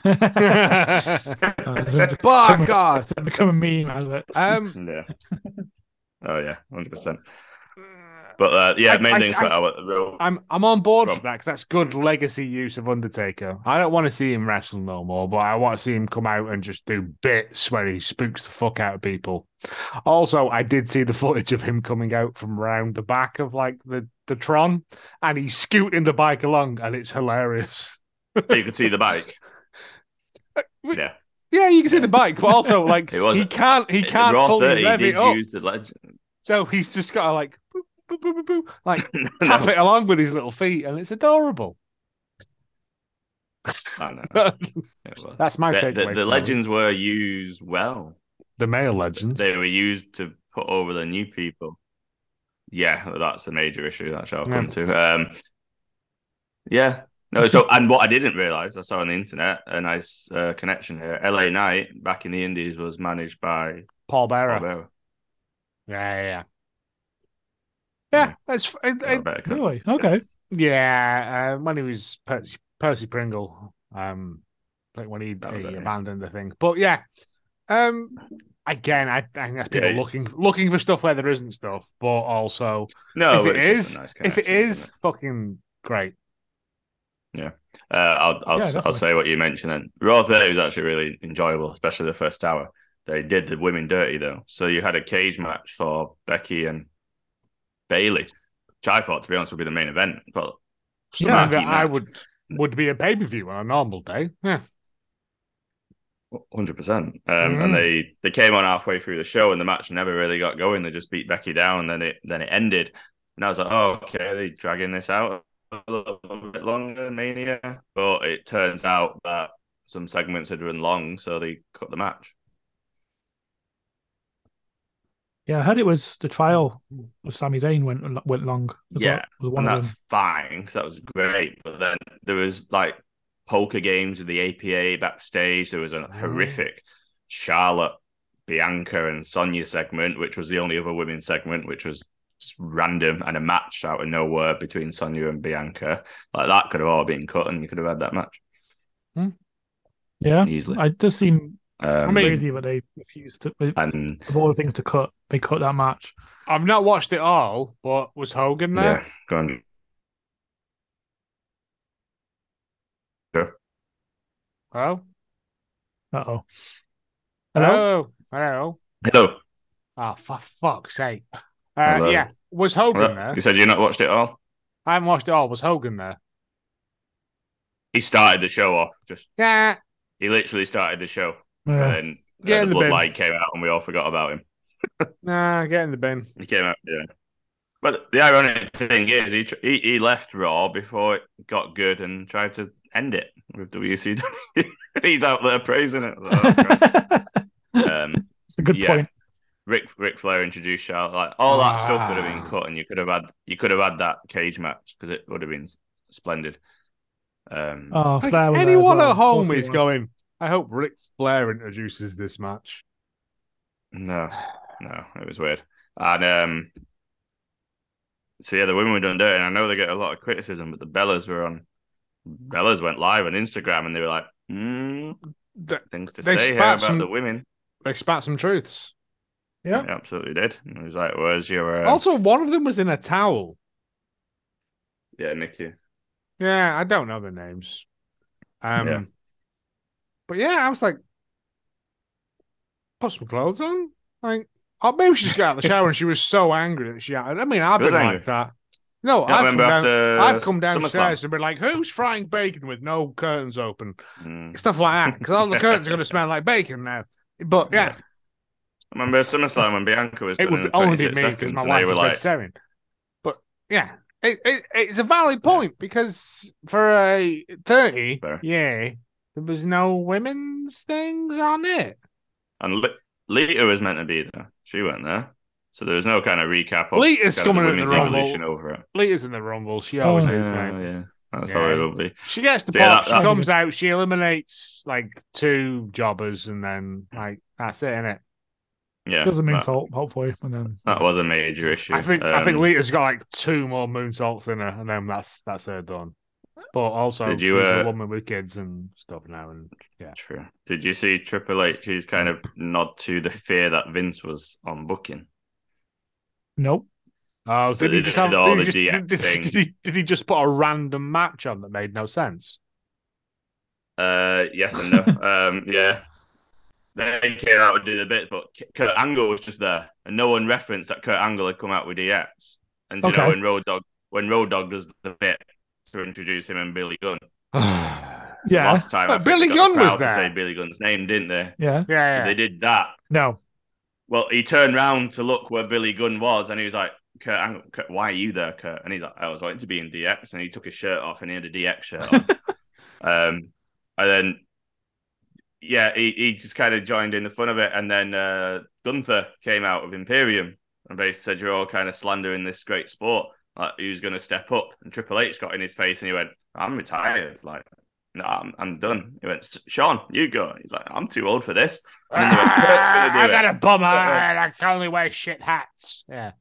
S2: and-
S3: It's
S2: By God.
S3: It's become a meme out of it.
S2: Um,
S1: Yeah. Oh yeah, hundred percent.
S2: Um,
S1: But uh, yeah,
S2: I-
S1: main
S2: I-
S1: things
S2: I-
S1: that I, wrote-
S2: I'm I'm on board
S1: Go
S2: for that because that's good legacy use of Undertaker. I don't want to see him wrestle no more, but I want to see him come out and just do bits where he spooks the fuck out of people. Also, I did see the footage of him coming out from round the back of like the the Tron, and he's scooting the bike along, and it's hilarious.
S1: you could see the bike.
S2: we-
S1: yeah,
S2: Yeah, you can see
S1: Yeah.
S2: the bike, but also like
S1: It was-
S2: he can't he
S1: It-
S2: can't
S1: Raw 30
S2: fully rev
S1: did
S2: it up,
S1: use the legend.
S2: so he's just got to like boop, boop, boop, boop, boop, like tap it along with his little feet, and it's adorable.
S1: I know. It was.
S2: That's my
S1: The,
S2: takeaway.
S1: the-
S2: from
S1: the
S2: it.
S1: legends were used well.
S2: the male legends.
S1: They were used to put over the new people. Yeah, that's a major issue. That I'll come
S2: Yeah.
S1: to. Um, yeah. No, so and what I didn't realize, I saw on the internet a nice uh, connection here. LA Knight back in the Indies was managed by Paul
S2: Paul Bearer.
S1: Bearer.
S2: Yeah, yeah, yeah.
S1: Yeah.
S2: Yeah, that's it,
S1: Paul
S2: it,
S1: Bearer Company.
S3: Really? Okay.
S1: Yes.
S2: yeah. Uh, when he was Percy, Percy Pringle, um, like when he,
S1: That was
S2: he
S1: it, yeah.
S2: abandoned the thing. But yeah, um, again, I, I think that's people
S1: Yeah, yeah.
S2: looking looking for stuff where there isn't stuff, but also
S1: No,
S2: if it
S1: it's just
S2: is,
S1: a nice
S2: if it
S1: connection, isn't
S2: is, fucking great.
S1: Uh, I'll I'll,
S3: Yeah,
S1: s- I'll
S3: definitely.
S1: say what you mentioned then. Raw 30 was actually really enjoyable, especially the first hour. They did the women dirty though. So you had a cage match for Becky and Bailey, which I thought, to be honest, would be the main event. But
S2: Something
S1: Yeah.
S2: that I
S1: Match.
S2: would would be a pay per view on a normal day. Yeah,
S1: hundred percent. Um,
S2: Mm.
S1: And they they came on halfway through the show, and the match never really got going. They just beat Becky down, and then it then it ended. And I was like, oh, okay, are they dragging this out a little bit longer, Mania. But it turns out that some segments had run long, so they cut the match.
S3: Yeah, I heard it was the trial of Sami Zayn went went long. as
S1: Yeah,
S3: well. was one
S1: and
S3: of
S1: that's
S3: them.
S1: fine because that was great. But then there was like poker games with the APA backstage. There was
S3: Oh,
S1: a horrific Charlotte, Bianca, and Sonya segment, which was the only other women's segment, which was just random and a match out of nowhere between Sonya and Bianca. Like that could have all been cut, and you could have had that match
S3: Yeah,
S1: easily.
S3: it does seem
S1: Um,
S2: mean-
S3: crazy, but they refused to. Of
S1: and
S3: all the things to cut, they cut that match.
S2: I've not watched it all, but was Hogan there?
S1: yeah, go on.
S2: Oh,
S3: Uh oh. Hello.
S2: oh, hello.
S1: Hello.
S2: Oh, for fuck's sake.
S1: Hello.
S2: Uh, yeah, was Hogan
S1: Hello.
S2: there?
S1: You said you not watched it all.
S2: I haven't watched it all. Was Hogan there?
S1: He started the show off. Just
S2: Yeah,
S1: he literally started the show.
S3: Yeah.
S1: And then
S2: Get
S1: uh,
S2: in
S1: the
S2: the bin.
S1: bloodline came out, and we all forgot about him.
S2: nah, get in the bin.
S1: He came out, yeah. But the ironic thing is, he tr- he, he left Raw before it got good and tried to end it with WCW. He's out there praising it. Oh, Christ. um,
S3: it's a good
S1: yeah.
S3: point.
S1: Rick Rick Flair introduced Charlotte. Like all that stuff would have
S2: Ah.
S1: been cut, and you could have had you could have had that cage match because it would have been s- splendid. Um,
S3: Oh,
S2: Like,
S3: Flair was there as
S2: anyone
S3: well.
S2: at
S3: Of course
S2: home
S3: he
S2: is
S3: was.
S2: going. I hope Ric Flair introduces this match.
S1: No, no, it was weird. And um, so yeah, the women were done dirty. And I know they get a lot of criticism, but the Bellas were on. Bellas went live on Instagram, and they were like, mm,
S2: Th-
S1: "Things to
S2: They
S1: say here
S2: spat
S1: about
S2: some-
S1: the women."
S2: They spat some truths.
S3: Yeah.
S1: They absolutely did. And it was like, "Where's your uh,
S2: Also, one of them was in a towel.
S1: yeah, Nikki?"
S2: Yeah, I don't know the names. Um,
S1: Yeah.
S2: but yeah, I was like, put some clothes on. Like, oh, maybe she just got out of the shower and she was so angry that she. I mean, I've
S1: She was
S2: been
S1: angry.
S2: like that. No,
S1: Yeah, I
S2: I've
S1: remember
S2: come down-
S1: after
S2: I've come
S1: SummerSlam.
S2: downstairs and been like, "Who's frying bacon with no curtains open?"
S1: Mm.
S2: Stuff like that, because all the curtains are going to smell like bacon now. But yeah,
S1: I remember SummerSlam when Bianca was
S2: it
S1: done
S2: would
S1: in
S2: be only be
S1: 26
S2: me because
S1: seconds,
S2: my
S1: and they
S2: wife
S1: were
S2: is
S1: like,
S2: vegetarian. But yeah, it, it it's a valid point because for a thirty,
S1: Fair.
S2: yeah, there was no women's things on it.
S1: "And Li- Lita was meant to be there. She weren't there, so there was no kind of recap of
S2: Lita's
S1: kind of
S2: coming in the
S1: women's
S2: Rumble.
S1: evolution over it."
S2: Lita's in the rumble. She
S3: Oh,
S2: always
S3: yeah,
S2: is,
S1: Yeah,
S2: mate.
S1: yeah. That's
S2: Yeah.
S1: probably
S2: She gets the
S1: So, yeah,
S2: pop.
S1: that-
S2: she
S1: that-
S2: comes out. She eliminates like two jobbers, and then like that's it, innit?
S1: Yeah,
S3: Does a
S1: that-
S3: moonsault, hopefully, and then
S1: That was a major issue.
S2: I think I think
S1: Um,
S2: Lita's got like two more moonsaults in her, and then that's that's her done. But also,
S1: Did you,
S2: she's
S1: uh,
S2: a woman with kids and stuff now, and
S1: True. Did you see Triple H? H's kind of nod to the fear that Vince was on booking.
S3: nope.
S2: oh,
S1: So
S2: did
S1: they
S2: he just
S1: did
S2: have
S1: all
S2: did
S1: the
S2: he
S1: DX
S2: just- did-
S1: thing.
S2: did he- did he just put a random match on that made no sense?
S1: Uh, yes and no. um, yeah. They came out and did a bit, but K- Kurt Angle was just there, and no one referenced that Kurt Angle had come out with DX. And do you know
S3: Okay.
S1: when Road Dog when Road Dog does the bit to introduce him and Billy Gunn
S2: yeah,
S3: Yeah,
S1: last time, I think
S2: But
S1: they
S2: Billy
S1: got
S2: Gunn
S1: the
S2: was
S1: crowd to
S2: there.
S1: say Billy Gunn's name, didn't they?
S3: yeah,
S1: So they did that,
S3: no.
S1: Well, he turned round to look where Billy Gunn was, and he was like, Kurt, Angle, Kurt, why are you there, Kurt? And he's like, I was waiting to be in DX. And he took his shirt off and he had a DX shirt on. um, and then, yeah, he, he just kind of joined in the fun of it. And then uh, Gunther came out of Imperium and basically said, You're all kind of slandering this great sport. Like, who's going to step up? And Triple H got in his face and he went, I'm retired. Like, no, I'm, I'm done. He went, "S- Sean, you go. He's like, I'm too old for this. And then they went, "Kurt's gonna do
S2: Ah, I
S1: it."
S2: got a bummer,
S1: Yeah.
S2: and I can only wear shit hats. Yeah,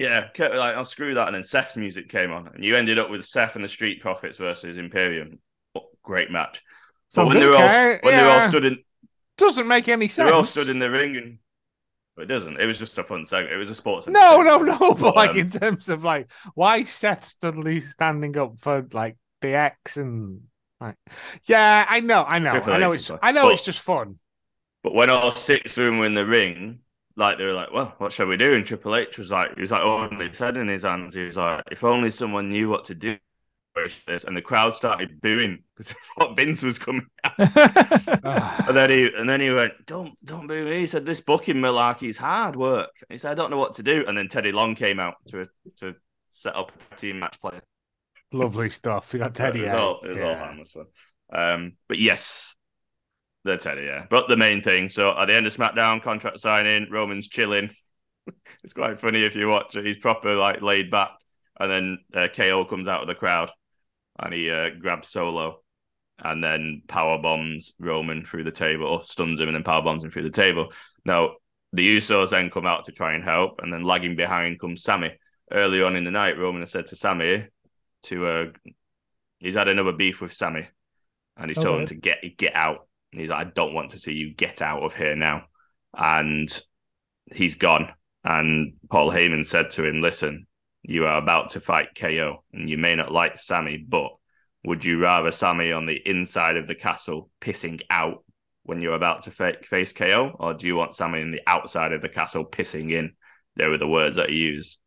S1: Yeah, Kurt was like, I'll screw that. And then Seth's music came on, and you ended up with Seth and the Street Profits versus Imperium. What a great match! So
S3: Sounds
S1: when they were all
S2: okay,
S1: when they were all
S2: yeah.
S1: stood in,
S2: doesn't make any
S1: they
S2: sense.
S1: were all stood in the ring, and but it doesn't. It was just a fun segment. It was a sports.
S2: No, no,
S1: entertainment.
S2: no. But like
S1: um,
S2: in terms of like why Seth Studley standing up for like DX and like yeah, I know, I know,
S1: Triple
S2: I know.
S1: H is
S2: It's
S1: fun.
S2: I know
S1: But-
S2: it's just fun.
S1: But when all six of them were in the ring, like they were like, "Well, what shall we do?" And Triple H was like, he was like, "Oh," holding his head in his hands. He was like, "If only someone knew what to do." with this." And the crowd started booing because they thought Vince was coming.
S2: Ah,
S1: And then he and then he went, Don't don't boo me. He said, This booking malarkey is hard work. He said, I don't know what to do. And then Teddy Long came out to to set up a team match play.
S2: Lovely stuff. You got Teddy.
S1: It was
S2: out.
S1: all, it was all
S2: Yeah.
S1: harmless fun. Um, but yes, the Teddy, yeah. But the main thing, so at the end of SmackDown, contract signing, Roman's chilling. it's quite funny if you watch it. He's proper like laid back, and then uh, KO comes out of the crowd, and he uh, grabs Solo, and then power bombs Roman through the table, or stuns him, and then power bombs him through the table. Now the Usos then come out to try and help, and then lagging behind comes Sammy. Early on in the night, Roman has said to Sammy to uh, he's had another beef with Sammy, and he's
S3: Oh,
S1: told him
S3: right.
S1: to get get out. And he's like, I don't want to see you get out of here now, and he's gone. And Paul Heyman said to him, "Listen, you are about to fight KO, and you may not like Sammy, but would you rather Sammy on the inside of the castle pissing out when you're about to fa- face KO, or do you want Sammy on the outside of the castle pissing in? They were the words that he used.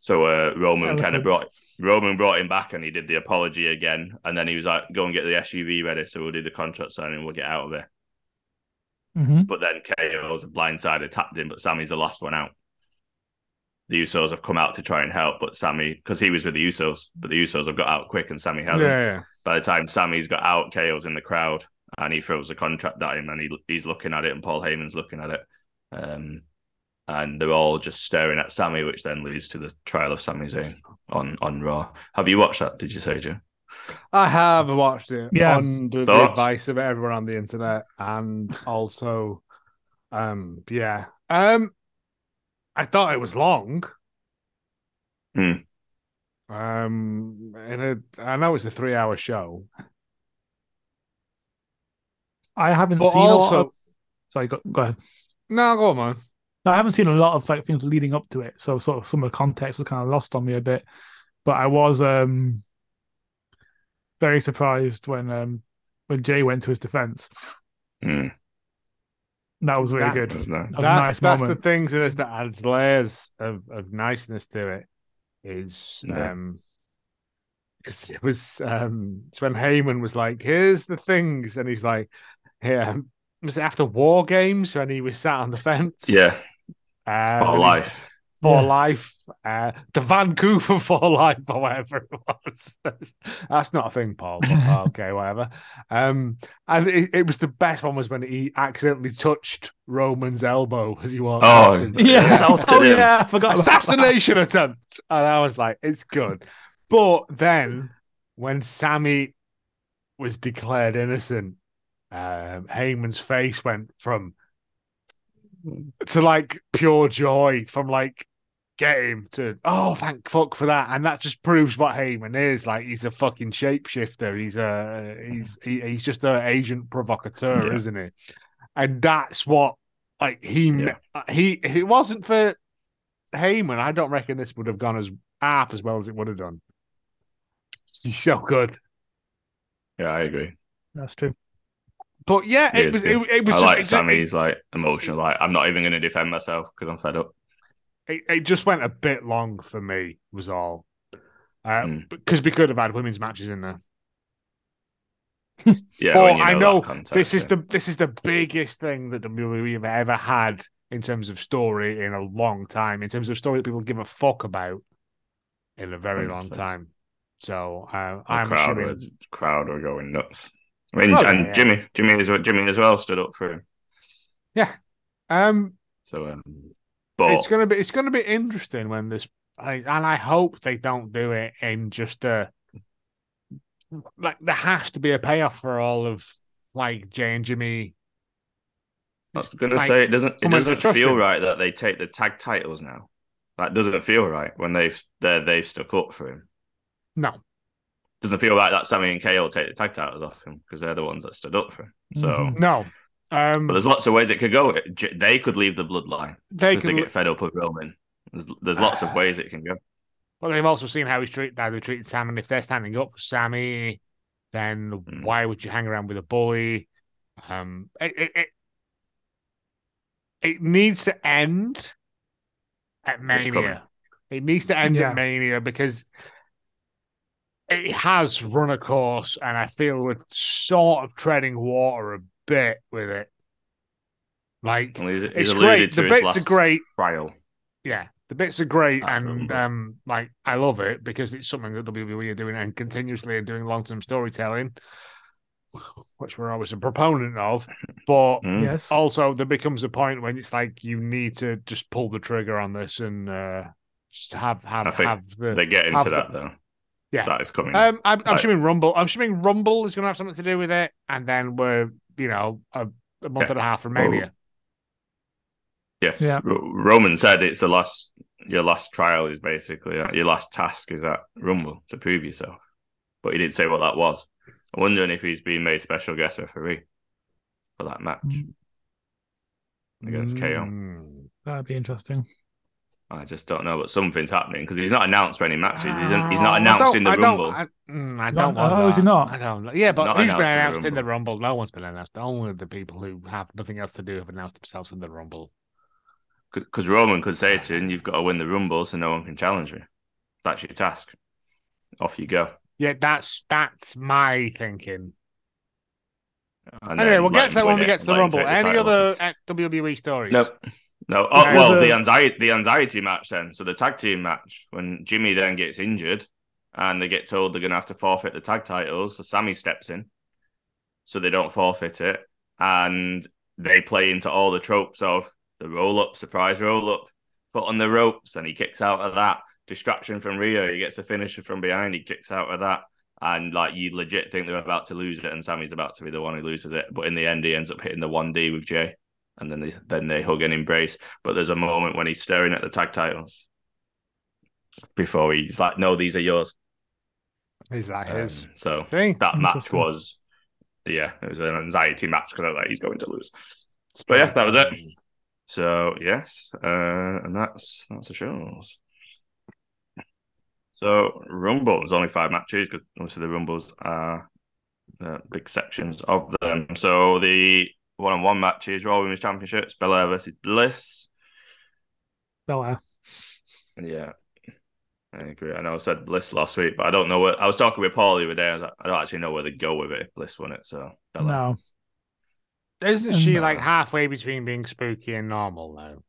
S1: so uh, Roman kind of
S3: Eloquent.
S1: brought Roman brought him back, and he did the apology again, and then he was like, "Go and get the SUV ready, so we'll do the contract signing, we'll get out of there."
S3: hmm
S1: But then KO's a blindside attacked him, but Sammy's the last one out. The Usos have come out to try and help, but Sammy, because he was with the Usos, but the Usos have got out quick, and Sammy
S2: Yeah,
S1: hasn't.
S2: yeah.
S1: By the time Sammy's got out, KO's in the crowd and he throws a contract at him and he, he's looking at it and Paul Heyman's looking at it. Um, and they're all just staring at Sammy, which then leads to the trial of Sami Zayn on, on Raw. Have you watched that? Did you say, Joe?
S2: I have watched it
S3: Yeah.
S2: under the
S1: Thoughts?
S2: advice of everyone on the internet, and also, um, yeah, um, I thought it was long.
S1: Hmm.
S2: Um, and it, I know it's a three-hour show,
S3: I haven't
S2: but
S3: seen a lot
S2: also,
S3: of. Sorry, go, go ahead.
S2: no, go on, man.
S3: No, I haven't seen a lot of like things leading up to it, so sort of some of the context was kind of lost on me a bit. But I was um very surprised when um when Jay went to his defense.
S1: Hmm,
S3: That was really
S2: That-
S3: good.
S1: that's nice.
S3: That was a
S2: That's
S3: nice
S2: that's
S3: moment.
S2: the things that is that adds layers of, of niceness to it. Is
S1: Yeah.
S2: um, because it was um, it's when Heyman was like, "Here's the things," and he's like, "Yeah." Was it after War Games when he was sat on the fence?
S1: Yeah, for
S2: uh, and he's-
S1: Oh, life.
S2: for
S3: Yeah.
S2: life, uh, the Vancouver for life, or whatever it was. That's, that's not a thing, Paul. But okay, whatever. Um, and it, it was the best one was when he accidentally touched Roman's elbow as he walked.
S1: Oh,
S2: past him.
S1: Yeah.
S3: Yeah.
S1: Assaulted
S3: oh,
S1: him.
S3: yeah. I forgot. about that.
S2: assassination attempt, and I was like, it's good. But then when Sammy was declared innocent, um, Heyman's face went from
S1: Hmm.
S2: to like pure joy from like get him to oh thank fuck for that and that just proves what Heyman is like he's a fucking shapeshifter he's a he's he, he's just an agent provocateur
S1: Yeah.
S2: isn't he and that's what like he uh,
S1: Yeah.
S2: he if it wasn't for Heyman I don't reckon this would have gone as up as well as it would have done he's so good
S1: Yeah, I agree.
S3: That's true.
S2: but yeah
S1: He
S2: it
S1: is
S2: was it,
S1: good.
S2: it was
S1: I
S2: just-
S1: like
S2: it-
S1: Sammy's like emotional. Like I'm not even going to defend myself because I'm fed up.
S2: it, it just went a bit long for me was all Uh, because
S1: Mm.
S2: we could have had women's matches in there
S1: Yeah,
S2: Oh,
S1: when you know
S2: I know.
S1: That context,
S2: this is
S1: yeah.
S2: the this is the biggest thing that WWE have ever had in terms of story in a long time in terms of story that people give a fuck about in a very long
S1: 100%.
S2: time so uh,
S1: The
S2: I'm
S1: crowd.
S2: assuming
S1: Was, crowd were going nuts. I mean,
S2: Oh, yeah,
S1: and
S2: yeah.
S1: Jimmy, Jimmy as well, Jimmy as well stood up for him.
S2: um
S1: So, um, but
S2: it's gonna be it's gonna be interesting when this I, and I hope they don't do it in just a like there has to be a payoff for all of like Jay and Jimmy.
S1: I was gonna
S2: like,
S1: say it doesn't. It
S2: someone to
S1: doesn't
S2: trust
S1: feel
S2: him.
S1: right that they take the tag titles now. That doesn't feel right when they've they they've stuck up for him.
S2: No,
S1: Doesn't feel right that Sammy and KO take the tag titles off him because they're the ones that stood up for him. So,
S3: Mhm.
S2: no. Um,
S1: but there's lots of ways it could go. J- They could leave the bloodline
S2: they
S1: because they,
S2: can,
S1: get fed up with Roman. There's,
S2: Uh,
S1: there's lots of ways it can go.
S2: well, they've also seen how he's treated how they treated Sam, and if they're standing up for Sammy, then
S1: Mm.
S2: why would you hang around with a bully? Um, it it, it, it needs to end at
S1: coming.
S2: Mania. It needs to end
S3: Yeah.
S2: at Mania because it has run a course, and I feel we're sort of treading water a bit with it. Like
S1: Well, he's, he's
S2: it's
S1: alluded
S2: great.
S1: to
S2: The
S1: his
S2: bits
S1: last
S2: are great
S1: trial.
S2: yeah, the bits are great,
S1: I
S2: and
S1: remember.
S2: um, like I love it because it's something that WWE are doing and continuously are doing long term storytelling, which we're always a proponent of. But
S1: Mm.
S3: Yes.
S2: also, there becomes a point when it's like you need to just pull the trigger on this and uh, just have have
S1: I think
S2: have the.
S1: They're getting
S2: Have
S1: to
S2: the-
S1: that though.
S2: Yeah.
S1: that is coming.
S2: Um, I'm, I'm
S1: Right.
S2: assuming Rumble. I'm assuming Rumble is going to have something to do with it, and then we're you know a, a month
S1: Yeah.
S2: and a half from
S1: Well,
S2: Mania.
S1: yes,
S3: Yeah.
S1: R- Roman said it's the last. Your last trial is basically uh, your last task is that Rumble to prove yourself. But he didn't say what that was. I'm wondering if he's been made special guest referee for that match
S3: Mm.
S1: against KO.
S2: Mm.
S3: That'd be interesting.
S1: I just don't know, but something's happening because he's not announced for any matches. He's, he's
S2: Oh, I
S1: not announced
S2: don't-
S1: in the
S2: I don't-
S1: Rumble.
S2: I, mm, I
S3: Not-
S2: don't want
S3: oh, is he
S2: that.
S3: not?
S2: I don't. Yeah, but
S1: Not
S2: who's
S1: announced
S2: been
S1: in the
S2: announced in the Rumble? No one's been announced. Only the people who have nothing else to do have announced themselves in the Rumble.
S1: Because Roman could say to him, "You've got to win the Rumble, so no one can challenge me. That's your task. Off you go."
S2: Yeah, that's that's my thinking.
S1: And
S2: Anyway,
S1: then
S2: we'll
S1: let
S2: get to
S1: him
S2: that when
S1: win
S2: we
S1: it,
S2: get to the
S1: let him
S2: Rumble.
S1: take the
S2: Any
S1: title.
S2: other uh, WWE stories?
S1: No, no. Oh,
S2: There's
S1: well,
S3: a-
S1: the anxiety, the anxiety match then. So the tag team match when Jimmy then gets injured, and they get told they're going to have to forfeit the tag titles. So Sammy steps in, so they don't forfeit it, and they play into all the tropes of the roll up, surprise roll up, foot on the ropes, and he kicks out of that distraction from Rio. He gets a finisher from behind. He kicks out of that. And like you legit think they're about to lose it, and Sammy's about to be the one who loses it. But in the end, he ends up hitting the one D with Jay and then they then they hug and embrace. But there's a moment when he's staring at the tag titles before he's like, "No, these are yours."
S2: Is that his
S1: Um, so
S2: thing?
S1: that match
S3: Interesting.
S1: was, yeah, it was an anxiety match because I was like, "He's going to lose." But yeah, that was it. So yes, uh, and that's that's the shows. So Rumble there's only five matches because most of the Rumbles are uh, big sections of them. So the one-on-one matches: Raw Women's Championships, Belair versus Bliss.
S3: Belair.
S1: Yeah, I agree. I know I said Bliss last week, but I don't know what I was talking with Paul the other day. I was like, I don't actually know where to go with it if Bliss won it. So Belair.
S3: No.
S2: Isn't she
S3: uh,
S1: No.
S2: like halfway between being spooky and normal though?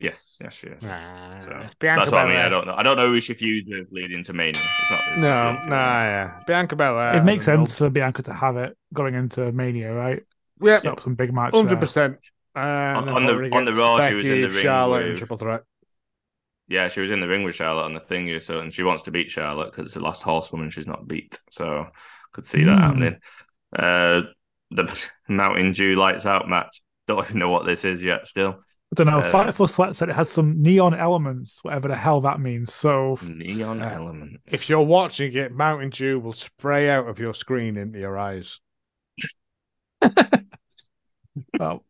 S1: yes, yes, she is.
S2: Nah,
S1: So,
S2: it's Bianca
S1: That's what I mean. I
S2: Belair.
S1: don't know. I don't know who she feuds with leading to Mania. It's not. It's
S2: No,
S1: not-
S2: no, yeah, Bianca Belair.
S3: it makes
S2: I don't know.
S3: sense for Bianca to have it going into Mania, right?
S2: Yeah,
S3: Set up some big match. there.
S2: hundred percent. On,
S1: on the- on the Raw, she was in the ring
S2: Charlotte and
S1: with-
S2: triple threat.
S1: Yeah, she was in the ring with Charlotte on the thing, so and she wants to beat Charlotte because it's the last horsewoman she's not beat. So could see that
S3: Hmm.
S1: happening. Uh, the Mountain Dew lights out match. Don't even know what this is yet. Still,
S3: don't know.
S1: Uh,
S3: Fightful Select said it had some neon elements, whatever the hell that means. So
S1: Neon
S2: Uh,
S1: elements.
S2: If you're watching it, Mountain Dew will spray out of your screen into your eyes.
S3: well,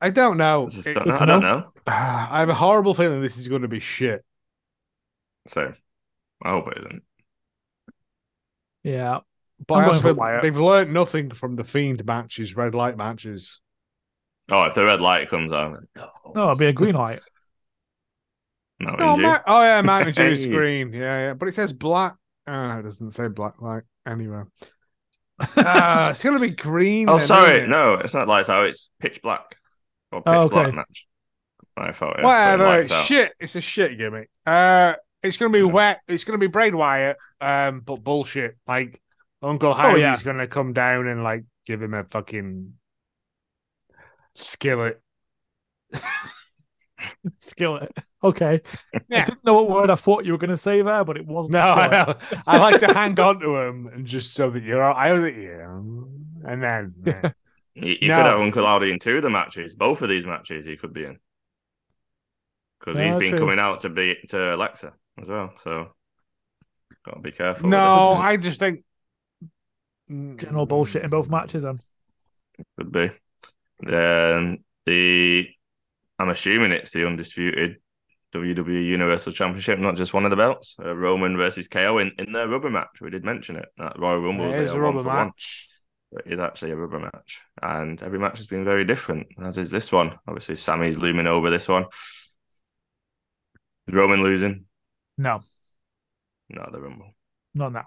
S2: I don't know.
S1: I just
S2: It-
S1: don't know.
S3: it's
S1: I don't know.
S2: I have a horrible feeling this is going to be shit.
S1: So I hope it isn't.
S3: yeah,
S2: But
S3: I'm
S2: I
S3: going
S2: also
S3: for
S2: feel
S3: Wyatt.
S2: they've learned nothing from the Fiend matches, red light matches.
S1: Oh, if the red light comes on, no,
S3: no, it'd be a green light.
S1: Mountain
S2: Oh,
S1: Dew.
S2: Ma- oh yeah, Mountain Dew is
S1: Hey.
S2: green. Yeah, yeah. But it says black. Oh, no, it doesn't say black light anywhere. Ah, it's going to be green.
S1: Oh,
S2: then,
S1: sorry.
S2: isn't it?
S1: No, it's not lights out. It's pitch black. Or pitch
S3: Oh, okay.
S1: black match. I thought. Yeah,
S2: Whatever.
S1: lights
S2: It's
S1: out.
S2: shit. It's a shit gimmick. Uh, it's going to be
S1: Yeah.
S2: wet. It's going to be Braid Wyatt. Um, but bullshit. Like Uncle Howie's
S3: Oh, yeah.
S2: going to come down and like give him a fucking skillet.
S3: skillet. Okay. I
S2: Yeah.
S3: didn't know what word I thought you were going to say there, but it wasn't.
S2: No, I,
S3: skillet.
S2: know. I like to hang on to him and just so that you're. all- I was like, yeah, and then yeah.
S1: You, you
S2: No.
S1: could have Uncle Audi in two of the matches. Both of these matches he could be in. Because he's
S3: Yeah,
S1: been
S3: true.
S1: coming out to be to Alexa as well. So gotta be careful. with
S2: no,
S1: it.
S2: I just think
S3: General bullshit in both matches. Then
S1: could be. Um, the I'm assuming it's the undisputed WWE Universal Championship, not just one of the belts. Uh, Roman versus KO in, in their rubber match. We did mention it. That Royal Rumble is
S2: There's a
S1: a one
S2: rubber
S1: for one.
S2: match.
S1: It is actually a rubber match, and every match has been very different. As is this one. Obviously, Sammy's looming over this one. Is Roman losing?
S3: no,
S1: No, the Rumble.
S3: not now.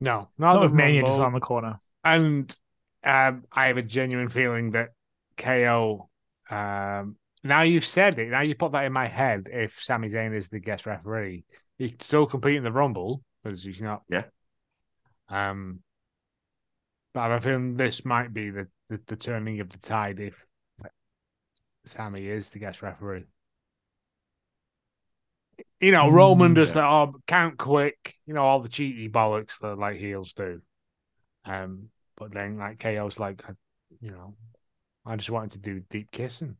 S2: No,
S3: Not,
S2: not the
S3: with Mania just
S2: Rumble.
S3: around the corner.
S2: and um, I have a genuine feeling that KO. Um, now you've said it. Now you put that in my head. If Sami Zayn is the guest referee, he can still compete in the Rumble because he's not.
S1: Yeah.
S2: Um, but I have a feeling this might be the, the the turning of the tide if Sammy is the guest referee. You know, Roman
S3: Mm,
S2: does
S1: yeah.
S2: that. Oh, count quick. You know, all the cheaty bollocks that like heels do. Um, but then like KO's like, I- you know, I just wanted to do deep kissing.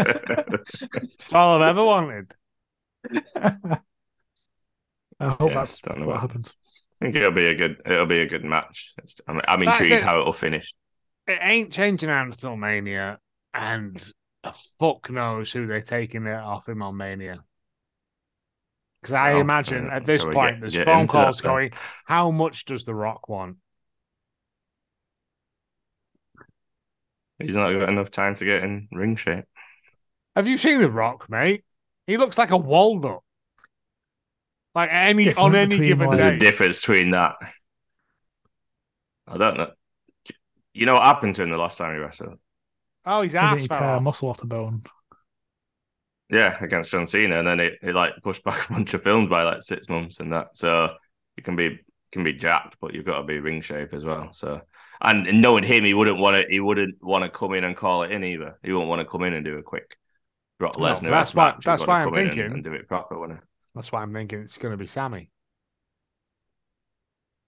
S2: It's all I've ever wanted.
S3: I hope
S1: Yeah,
S3: that's
S1: don't know
S3: what
S1: what-
S3: happens.
S1: I think it'll be a good. It'll be a good match. It's- I'm, I'm
S2: That's
S1: intrigued
S2: it.
S1: how it'll finish.
S2: It ain't changing hands till Mania, and the fuck knows who they're taking it off him on Mania. Because I
S1: Well,
S2: imagine
S1: uh,
S2: at this
S1: shall we
S2: point,
S1: get-
S2: there's
S1: get
S2: phone
S1: into that
S2: calls
S1: then?
S2: going. How much does The Rock want?
S1: He's not got enough time to get in ring shape.
S2: Have you seen The Rock, mate? He looks like a walnut. Like at any
S3: Different
S2: on any
S3: between
S2: given
S3: like-
S1: There's
S2: day.
S1: a difference between that. I don't know. You know what happened to him the last time he wrestled?
S2: oh, his
S3: I
S2: ass
S3: think
S2: fell
S3: tear
S2: off.
S3: muscle off the bone.
S1: Yeah, against John Cena, and then it, it like pushed back a bunch of films by like six months and that. So you can be can be jacked, but you've got to be ring shape as well. So and, and knowing him, he wouldn't want to. He wouldn't want to come in and call it in either. He wouldn't want to come in and do a quick Brock
S2: No,
S1: Lesnar.
S2: that's
S1: ass
S2: why-
S1: match. He'd
S2: that's
S1: wanna
S2: why I'm
S1: come in and-
S2: thinking.
S1: and do it proper, wouldn't
S2: That's why I'm thinking it's going to be Sammy.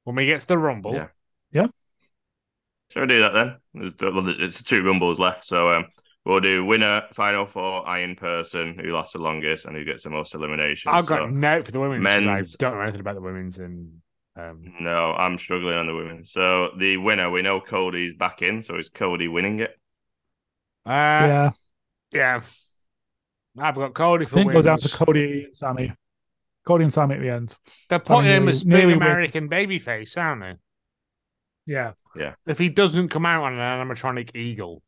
S2: When he gets the Rumble,
S1: Yeah.
S2: yeah.
S1: he? Shall we do that then? There's, well, it's two rumbles left, so um, we'll do winner, final four, iron person, who lasts the longest and who gets the most eliminations.
S2: I've
S1: So-
S2: got no for the women's. 'cause
S1: men's-
S2: I don't know anything about the women's and um,
S1: No, I'm struggling on the women. So the winner, we know Cody's back in, so is Cody winning it?
S2: uh, yeah.
S3: yeah,
S2: I've got Cody
S3: I
S2: for
S3: think it goes down to
S2: wins.
S3: Cody and Sammy. Cody and Sammy at the end.
S2: They're putting him
S3: nearly-
S2: as big
S3: nearly win.
S2: American babyface, aren't they?
S3: Yeah,
S2: If he doesn't come out on an animatronic eagle,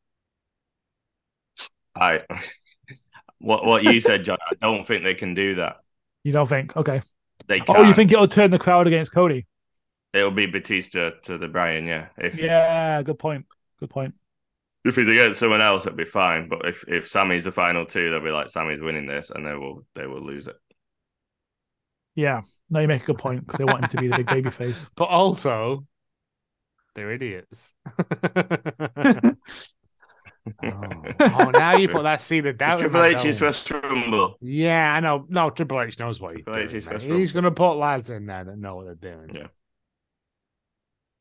S1: I what what you said, John. I don't think they can do that.
S3: you don't think? Okay.
S1: They can't.
S3: Oh, you think it'll turn the crowd against Cody?
S1: it'll be Batista to the Brian? Yeah. If
S3: Yeah, good point. Good point.
S1: if he's against someone else, it'd be fine. But if if Sammy's the final two, they'll be like Sammy's winning this, and they will they will lose it.
S3: Yeah, no, you make a good point because they want him to be the big baby face.
S2: but also they're idiots. oh. Oh, now you put that seed of doubt.
S1: It's
S2: in
S1: Triple
S2: my
S1: H's
S2: dome.
S1: West Rumble.
S2: Yeah, I know. No, Triple H knows what
S1: Triple H
S2: he's
S1: is
S2: doing.
S1: first
S2: mate. He's going to put lads in there that know what they're doing.
S1: Yeah.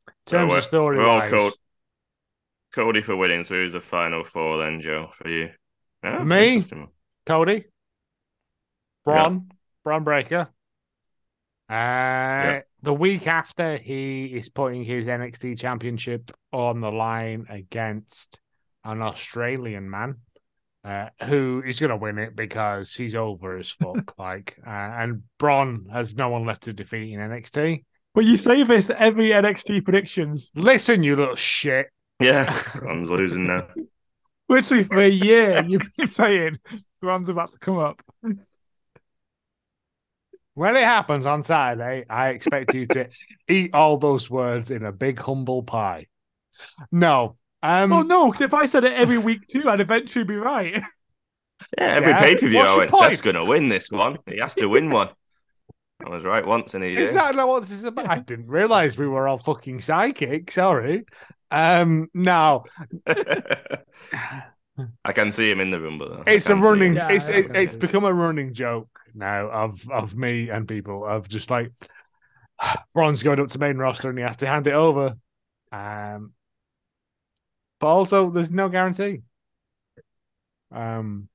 S2: In
S1: So,
S2: terms
S1: uh,
S2: of story
S1: we're all
S2: wise,
S1: called- Cody for winning. So who's the final four then, Joe? For you? Yeah,
S2: Me?
S1: interesting one.
S2: Cody, Bron, Bron Breaker. Uh, The week after, he is putting his NXT championship on the line against an Australian man uh, who is going to win it because he's over as fuck. like, uh, and Bron has no one left to defeat in NXT.
S3: Well, you say this every NXT predictions,
S2: Listen, you little shit.
S1: Yeah, Ron's losing now.
S3: literally for a year. You've been saying Ron's about to come up.
S2: When it happens on Saturday, I expect you to eat all those words in a big humble pie. No. Um,
S3: oh no, because if I said it every week too, I'd eventually be right.
S1: Yeah, every
S2: Yeah.
S1: pay per view
S2: What's
S1: I
S2: your
S1: went,
S2: point?
S1: Seth's going to win this one. He has to win one. I was right once in a year.
S2: Is that not what this is about? I didn't realize we were all fucking psychic. Sorry. Um, no,
S1: I can see him in the rumble.
S2: it's a running.
S3: Yeah,
S2: it's
S3: I
S2: it,
S3: can
S2: it's
S3: see it.
S2: become a running joke now of of me and people of just like Ron's going up to main roster and he has to hand it over. Um, but also there's no guarantee. Um,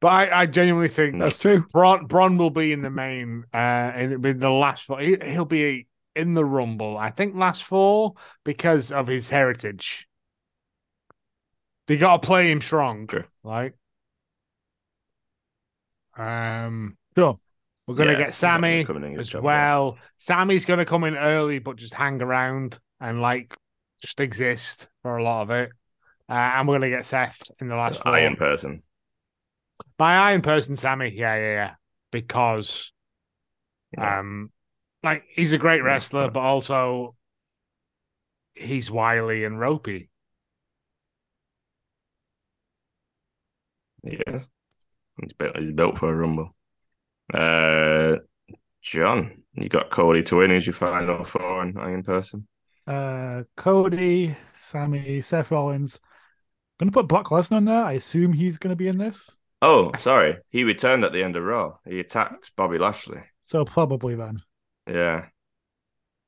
S2: but I, I genuinely think
S1: That's
S3: true.
S2: Bron Bron will be in the main uh and it'll be the last four. He, he'll be in the rumble, I think last four because of his heritage. They gotta play him strong.
S1: True.
S2: Like um
S3: Sure.
S2: we're gonna get Sammy as well. Sammy's gonna come in early but just hang around and like just exist for a lot of it. Uh, and we're gonna get Seth in the last four.
S1: I in person.
S2: My iron person, Sammy. Yeah, yeah, yeah. Because,
S1: Yeah.
S2: um, like he's a great
S1: Yeah.
S2: wrestler, but also he's wily and ropey.
S1: Yeah. He's built, he's built for a rumble. Uh, John, you got Cody to win. Who's your final four and I in person?
S3: Uh, Cody, Sammy, Seth Rollins. I'm gonna put Brock Lesnar in there. I assume he's gonna be in this.
S1: Oh, sorry. He returned at the end of Raw. He attacked Bobby Lashley.
S3: So probably then.
S1: yeah.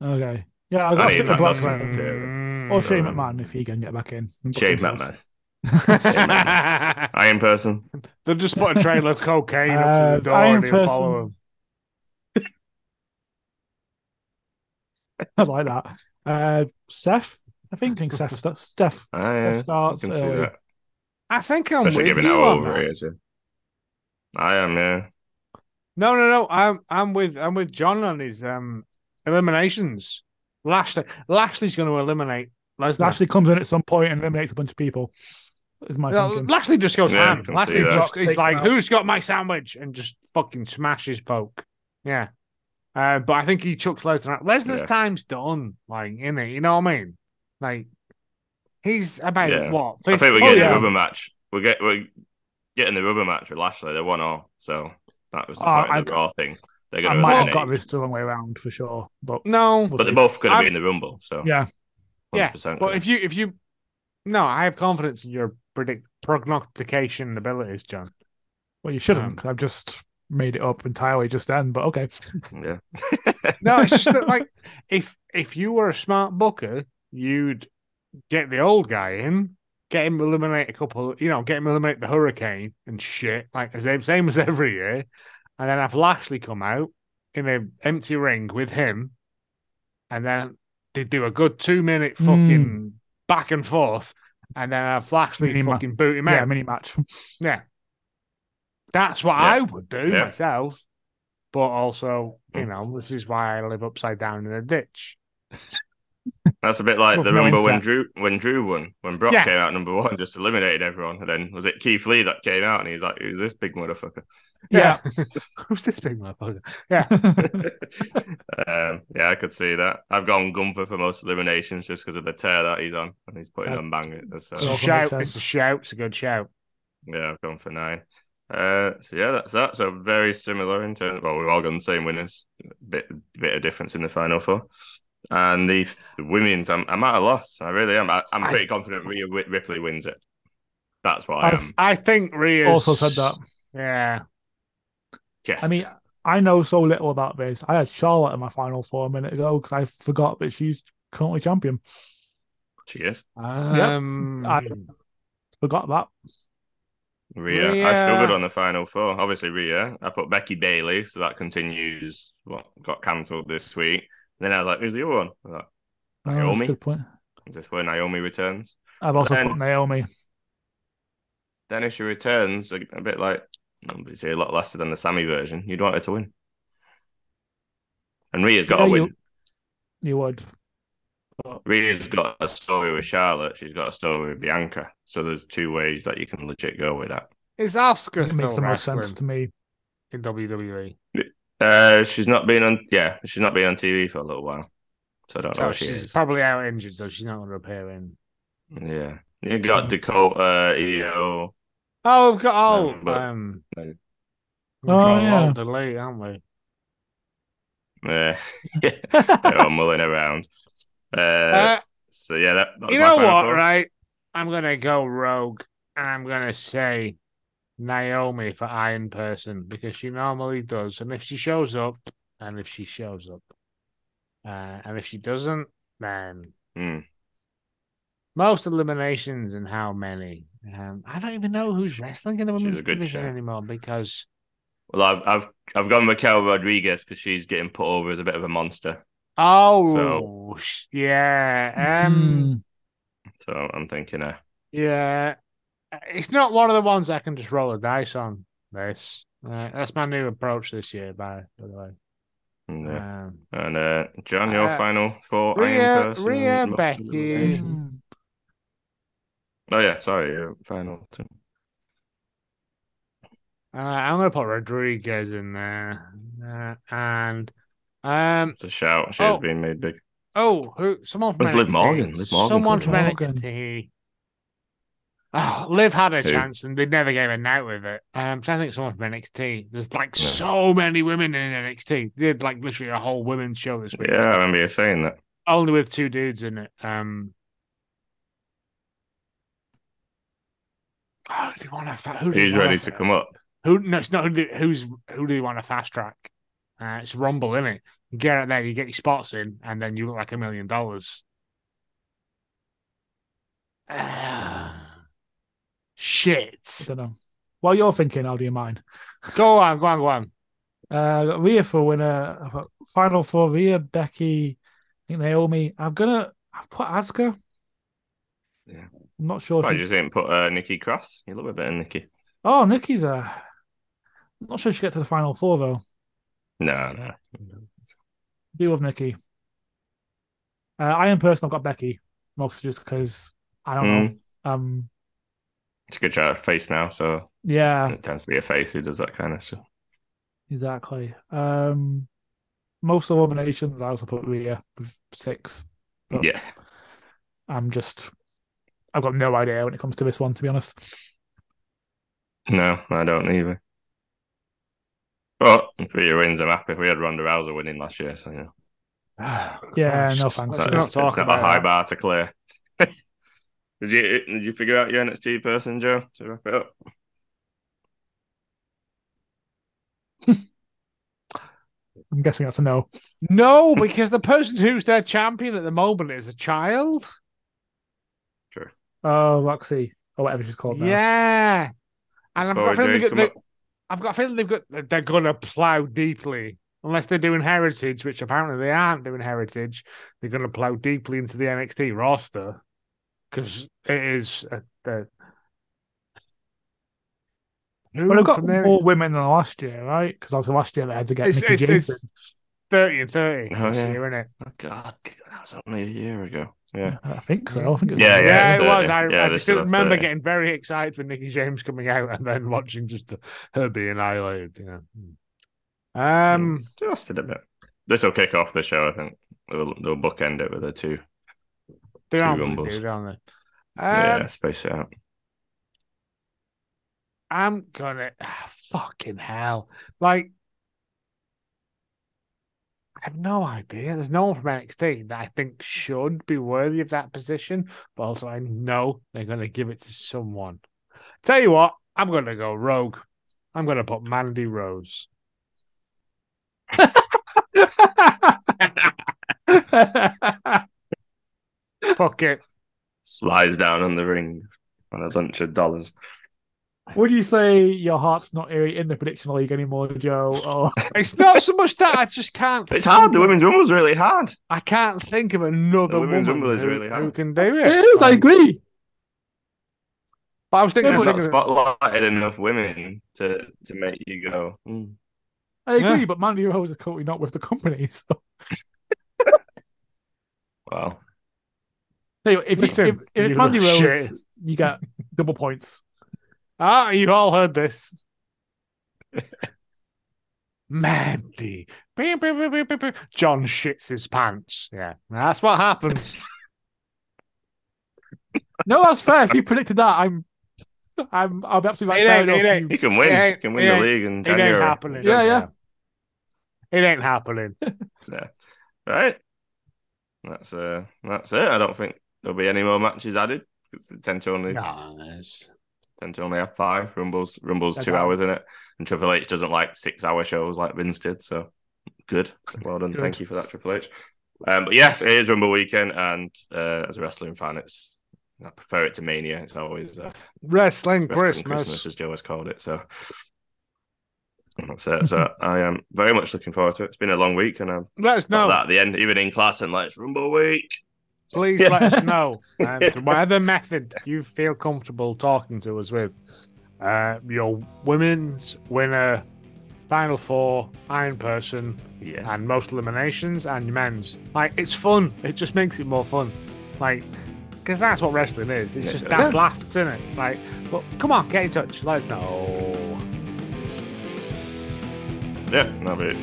S3: Okay. Yeah, I'll,
S1: I
S3: I'll
S1: mean,
S3: stick with
S1: that
S3: Brock
S1: does count.
S3: Lesnar.
S2: Mm.
S3: Or Shane
S1: Um,
S3: McMahon if he can get back in. and book
S1: Shane
S3: himself.
S1: McMahon. I in person.
S2: They'll just put a trailer of cocaine up
S3: Uh,
S2: to the door
S3: iron
S2: and he'll
S3: person.
S2: follow him.
S3: I like that. Uh, Seth, I think and Seth, sta- Steph,
S1: I,
S3: Seth
S1: I
S3: starts uh,
S1: can see
S3: early.
S1: that.
S2: I think I'm
S1: Especially
S2: with
S1: given
S2: you
S1: how
S2: on
S1: over
S2: that.
S1: he is. yeah. I am, yeah.
S2: No, no, no. I'm I'm with I'm with John on his um eliminations. Lashley Lashley's going to eliminate Lesnar.
S3: Lashley comes in at some point and eliminates a bunch of people. Is my
S2: No,
S3: thinking.
S2: Lashley just goes
S1: Yeah,
S2: ham.
S1: I can
S2: Lashley
S1: see that.
S2: just is
S3: Takes
S2: like,
S3: out.
S2: "Who's got my sandwich?" and just fucking smashes Poke. Yeah, uh, but I think he chucks Lesnar. out. Lesnar's
S1: Yeah.
S2: time's done. Like in it, you know what I mean? Like he's about
S1: Yeah.
S2: what?
S1: I think we're
S2: 50?
S1: getting
S2: Oh,
S1: the
S2: yeah.
S1: rubber match. We're get we're getting the rubber match with Lashley. They're one all, so that was the
S3: Oh,
S1: part
S3: I-
S1: of the Raw thing. They're
S3: I
S1: going
S3: might have
S1: to
S3: got
S1: eliminate,
S3: this the wrong way around for sure, but
S2: No,
S1: but they're both going to
S2: I'm-
S1: be in the Rumble. So
S3: yeah,
S2: Um, Yeah,
S1: 100%
S2: but if you if you no, I have confidence in your predict prognostication abilities, John.
S3: well, you shouldn't.
S1: Mm.
S2: Um,
S3: 'cause I've just made it up entirely just then. But okay,
S1: yeah.
S2: No, it's just that, like if if you were a smart booker, you'd get the old guy in, get him eliminate a couple, you know, get him eliminate the hurricane and shit, like the same same as every year, and then have Lashley come out in an empty ring with him, and then they do a good two minute
S3: Hmm.
S2: fucking back and forth, and then have Lashley
S3: Minima.
S2: fucking boot him
S3: yeah,
S2: out.
S3: mini match.
S2: That's what
S1: Yeah.
S2: I would do
S1: Yeah.
S2: myself. But also, you
S1: Mm.
S2: know, this is why I live upside down in a ditch.
S1: That's a bit like
S3: With
S1: the
S3: no
S1: Rumble when
S3: internet.
S1: Drew when Drew won when Brock
S2: Yeah.
S1: came out number one just eliminated everyone. And then was it Keith Lee that came out and he's like, "Who's this big motherfucker?"
S3: Yeah,
S2: Who's this big motherfucker?
S1: um, yeah, I could see that. I've gone Gunther for most eliminations just because of the tear that he's on and he's putting
S3: Yeah.
S1: on bangers. So
S2: It's a
S3: Yeah. Welcome,
S2: shout.
S3: makes
S2: It's a
S3: sense.
S2: shout. It's a good shout.
S1: Yeah, I've gone for nine. Uh, so yeah, that's that. So very similar in terms. Well, we've all gone the same winners. Bit bit of difference in the final four. And the, the women's, I'm, I'm at a loss. I really am. I, I'm
S2: I-
S1: pretty confident Rhea Wi- Ripley wins it. That's what I
S3: I've-
S1: am.
S2: I think Rhea's
S3: also said that.
S2: Yeah.
S1: Guessed.
S3: I mean, I know so little about this. I had Charlotte in my final four a minute ago because I forgot that she's currently champion.
S1: Cheers.
S2: Um,
S3: I forgot that.
S1: Rhea. I
S2: Rhea.
S1: struggled on the final four. Obviously, Rhea. I put Becky Bailey, so that continues what got cancelled this week. then I was like, who's the other one? I was like,
S3: No, that's a
S1: Naomi?
S3: good point.
S1: Is this where Naomi returns?
S3: I've also
S1: Then-
S3: put Naomi.
S1: Then if she returns, a, a bit like, obviously, a lot lesser than the Sammy version, you'd want her to win. And Rhea's got
S3: Yeah,
S1: to win.
S3: you- You would.
S1: Rhea's got a story with Charlotte. She's got a story with Bianca. So there's two ways that you can legit go with that.
S2: is Asuka
S3: It makes
S2: still
S3: the most sense
S2: wrestling
S3: to me.
S2: in E? WWE?
S1: Uh, she's not been on. Yeah, she's not been on TV for a little while. So I don't know if
S2: So
S1: Oh, she
S2: Oh, she's
S1: is.
S2: probably out injured, so she's not going to appear in.
S1: Yeah, you got Dakota, E EO.
S2: Oh, we've got all.
S1: No, but-
S2: um,
S1: no.
S2: we've
S3: Oh,
S2: got
S3: yeah.
S2: Old and late, haven't we?
S1: Yeah, they're all uh, E mulling around. Uh,
S2: Uh,
S1: so yeah, that, that was
S2: you
S1: my
S2: know
S1: final
S2: what,
S1: thought.
S2: right? I'm gonna go rogue and I'm gonna say Naomi for Iron Person because she normally does, and if she shows up, and if she shows up, uh, and if she doesn't, then
S1: Hmm.
S2: most eliminations and how many? Um, I don't even know who's wrestling in the
S1: She's a
S2: women's
S1: good
S2: division
S1: shout.
S2: anymore because
S1: Well, I've I've I've gone Raquel Rodriguez because she's getting put over as a bit of a monster.
S2: oh sh yeah, um.
S3: Mm.
S1: So I'm thinking, uh,
S2: Yeah, it's not one of the ones I can just roll a dice on. This, uh, that's my new approach this year. By by the way,
S1: yeah.
S2: um,
S1: and uh, John, your
S2: Uh,
S1: final four
S2: Rhea-
S1: Iron Person.
S2: Rhea,
S1: lost
S2: Becky.
S1: elimination. Oh yeah, sorry, your final two.
S2: uh, I'm gonna put Rodriguez in there, uh, and um,
S1: It's a shout. She has
S2: Oh.
S1: been made big.
S2: oh, who? Someone from
S1: That's Liv
S2: NXT.
S1: Morgan. Liv Morgan
S2: Someone
S1: could
S2: from
S3: have-
S2: NXT. Oh, Liv had a
S1: Who?
S2: chance and they never gave a night with it. Um, so I think someone from NXT. There's like
S1: No.
S2: so many women in NXT. They did like literally a whole women's show this week.
S1: Yeah, I remember you saying that.
S2: only with two dudes in it. Um, oh, do you want to? Fa- who do you
S1: Who's
S2: wanna
S1: ready
S2: fa-
S1: to come up?
S2: Who? No, it's not. Who do, who's who do you want to fast track? Uh, it's Rumble, in it? You get out there, you get your spots in, and then you look like a million dollars. Ah,
S3: I
S2: Shit.
S3: don't know. While you're thinking, I'll do mine.
S2: Go on, go on, go on.
S3: Uh, got Rhea for winner. I've got Final four: Rhea, Becky, I think Naomi. I'm gonna. I've put Asuka.
S1: Yeah.
S3: I'm not sure. if
S1: I
S3: she's-
S1: just didn't put uh, Nikki Cross. You love a bit of Nikki.
S3: Oh, Nikki's a. I'm not sure she get to the final four though.
S1: No, no.
S3: Be with Nikki. Uh, I in person, I've got Becky, mostly just because I don't
S1: Hmm.
S3: know. Um,
S1: It's a good shout face now, so
S2: Ah.
S3: yeah,
S1: it tends to be a face who does that kind of stuff.
S3: exactly. Um, most eliminations, I also put Rhea with six. Oh.
S1: Yeah.
S3: I'm just, I've got no idea when it comes to this one, to be honest.
S1: No, I don't either. But if Rhea wins, I'm happy. We had Ronda Rousey winning last year, so yeah.
S3: Yeah, no
S2: Christ,
S3: thanks.
S2: Let's
S1: That
S2: not
S1: is-
S2: talk
S1: it's not
S2: about
S1: a high
S2: that.
S1: bar to clear. did you did you figure out your NXT person, Joe, to wrap it up?
S3: I'm guessing that's a no.
S2: No, because the person who's their champion at the moment is a child.
S1: True.
S3: Oh, Roxy, or whatever she's called. now.
S2: Yeah, and I've got a
S1: Before
S2: feeling
S1: Jade
S2: they've got,
S1: come
S2: they,
S1: up.
S2: I've got a feeling they've got they're gonna plow deeply unless they're doing heritage, which apparently they aren't doing heritage. They're gonna plow deeply into the NXT roster because it is. A, a... Who
S3: Well, they've got
S2: from there
S3: more
S2: is-
S3: women than last year, right? Because obviously last year they had to get
S2: It's-
S3: Nikki
S2: it's-
S3: James.
S2: it's- thirty and thirty
S1: Oh,
S2: this
S1: yeah.
S2: year, isn't it?
S1: Oh, God, that was only a year ago. Yeah.
S3: in. I think so. I think it was
S1: Yeah,
S3: like-
S1: yeah,
S2: Yeah,
S1: it's
S2: it was.
S1: 30.
S2: I,
S1: Yeah,
S2: I
S1: they're
S2: just
S1: still at
S2: remember
S1: 30.
S2: getting very excited for Nikki James coming out and then watching just the, her being annihilated. You know. Um.
S1: just a bit. This will kick off the show, I think. They'll, they'll bookend it with the two.
S2: They
S1: Two
S2: are really
S1: Rumbles.
S2: good, aren't they? Um,
S1: yeah, space it out.
S2: I'm gonna ah, fucking hell. Like, I have no idea. There's no one from NXT that I think should be worthy of that position, but also I know they're gonna give it to someone. Tell you what, I'm gonna go rogue. I'm gonna put Mandy Rose. Fuck it.
S1: slides down on the ring on a bunch of dollars.
S3: Would you say your heart's not really in the prediction league anymore, Joe? Oh, Or
S2: It's not so much that I just can't.
S1: It's hard. The women's rumble's really hard.
S2: I can't think of another
S1: The women's
S2: woman
S1: Rumble is
S2: who,
S1: really hard.
S2: who can do it.
S3: it is. I
S2: Like,
S3: agree.
S2: But I was thinking,
S3: Yeah,
S1: They've
S2: I
S1: not
S2: was thinking-
S1: spotlighted enough women to to make you go. "Hmm."
S3: I agree.
S2: Yeah.
S3: But Mandy Rose is currently not with the company. So
S1: Wow.
S3: anyway, if,
S2: Listen,
S3: you, if,
S2: you
S3: if Mandy Rose,
S2: little shit.
S3: you get double points.
S2: ah, you've all heard this. Mandy. Beep, beep, beep, beep, beep, beep. John shits his pants. Yeah, that's what happens.
S3: No, that's fair. If you predicted that, I'm, I'm, I'll be absolutely
S2: It
S3: right. Fair
S2: ain't-
S3: enough.
S2: it ain't-
S3: You-
S1: He can win.
S2: It
S1: He
S2: ain't-
S1: can win
S2: it
S1: the
S2: ain't-
S1: league in
S2: it
S1: January.
S2: ain't happening.
S3: Yeah, yeah.
S2: It ain't happening.
S1: Right. That's uh that's it. I don't think there'll be any more matches added. 'cause They tend to only
S2: no, it's-
S1: tend to only have five. Rumbles Rumbles
S3: That's
S1: two
S3: right.
S1: hours in it. And Triple H doesn't like six hour shows like Vince did. So good. Well done.
S3: Good.
S1: Thank you for that, Triple H. Um, but yes, it is Rumble weekend, and uh, as a wrestling fan, it's I prefer it to Mania. It's always uh,
S2: wrestling
S1: Christmas.
S2: Christmas.
S1: Christmas, as Joe has called it. So And that's it. So I am very much looking forward to it. It's been a long week, and I'm
S2: Let us
S1: not
S2: know.
S1: that at the end, even in class, and like it's Rumble week.
S2: Please
S1: Yeah.
S2: let us know. And whatever method you feel comfortable talking to us with, uh, your women's winner, final four, iron person,
S1: Yeah,
S2: and most eliminations, and men's. Like, it's fun. It just makes it more fun. Like, because that's what wrestling is. It's
S1: Yeah.
S2: just that laughs, isn't it? Like, well, come on, get in touch. Let us know.
S1: yeah, that'll be it.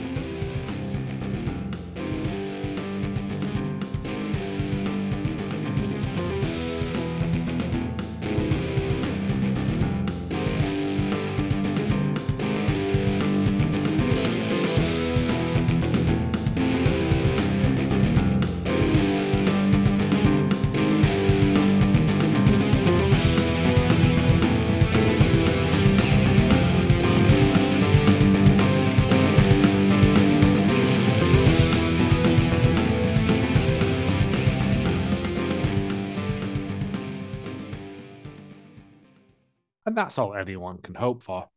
S2: And that's all anyone can hope for.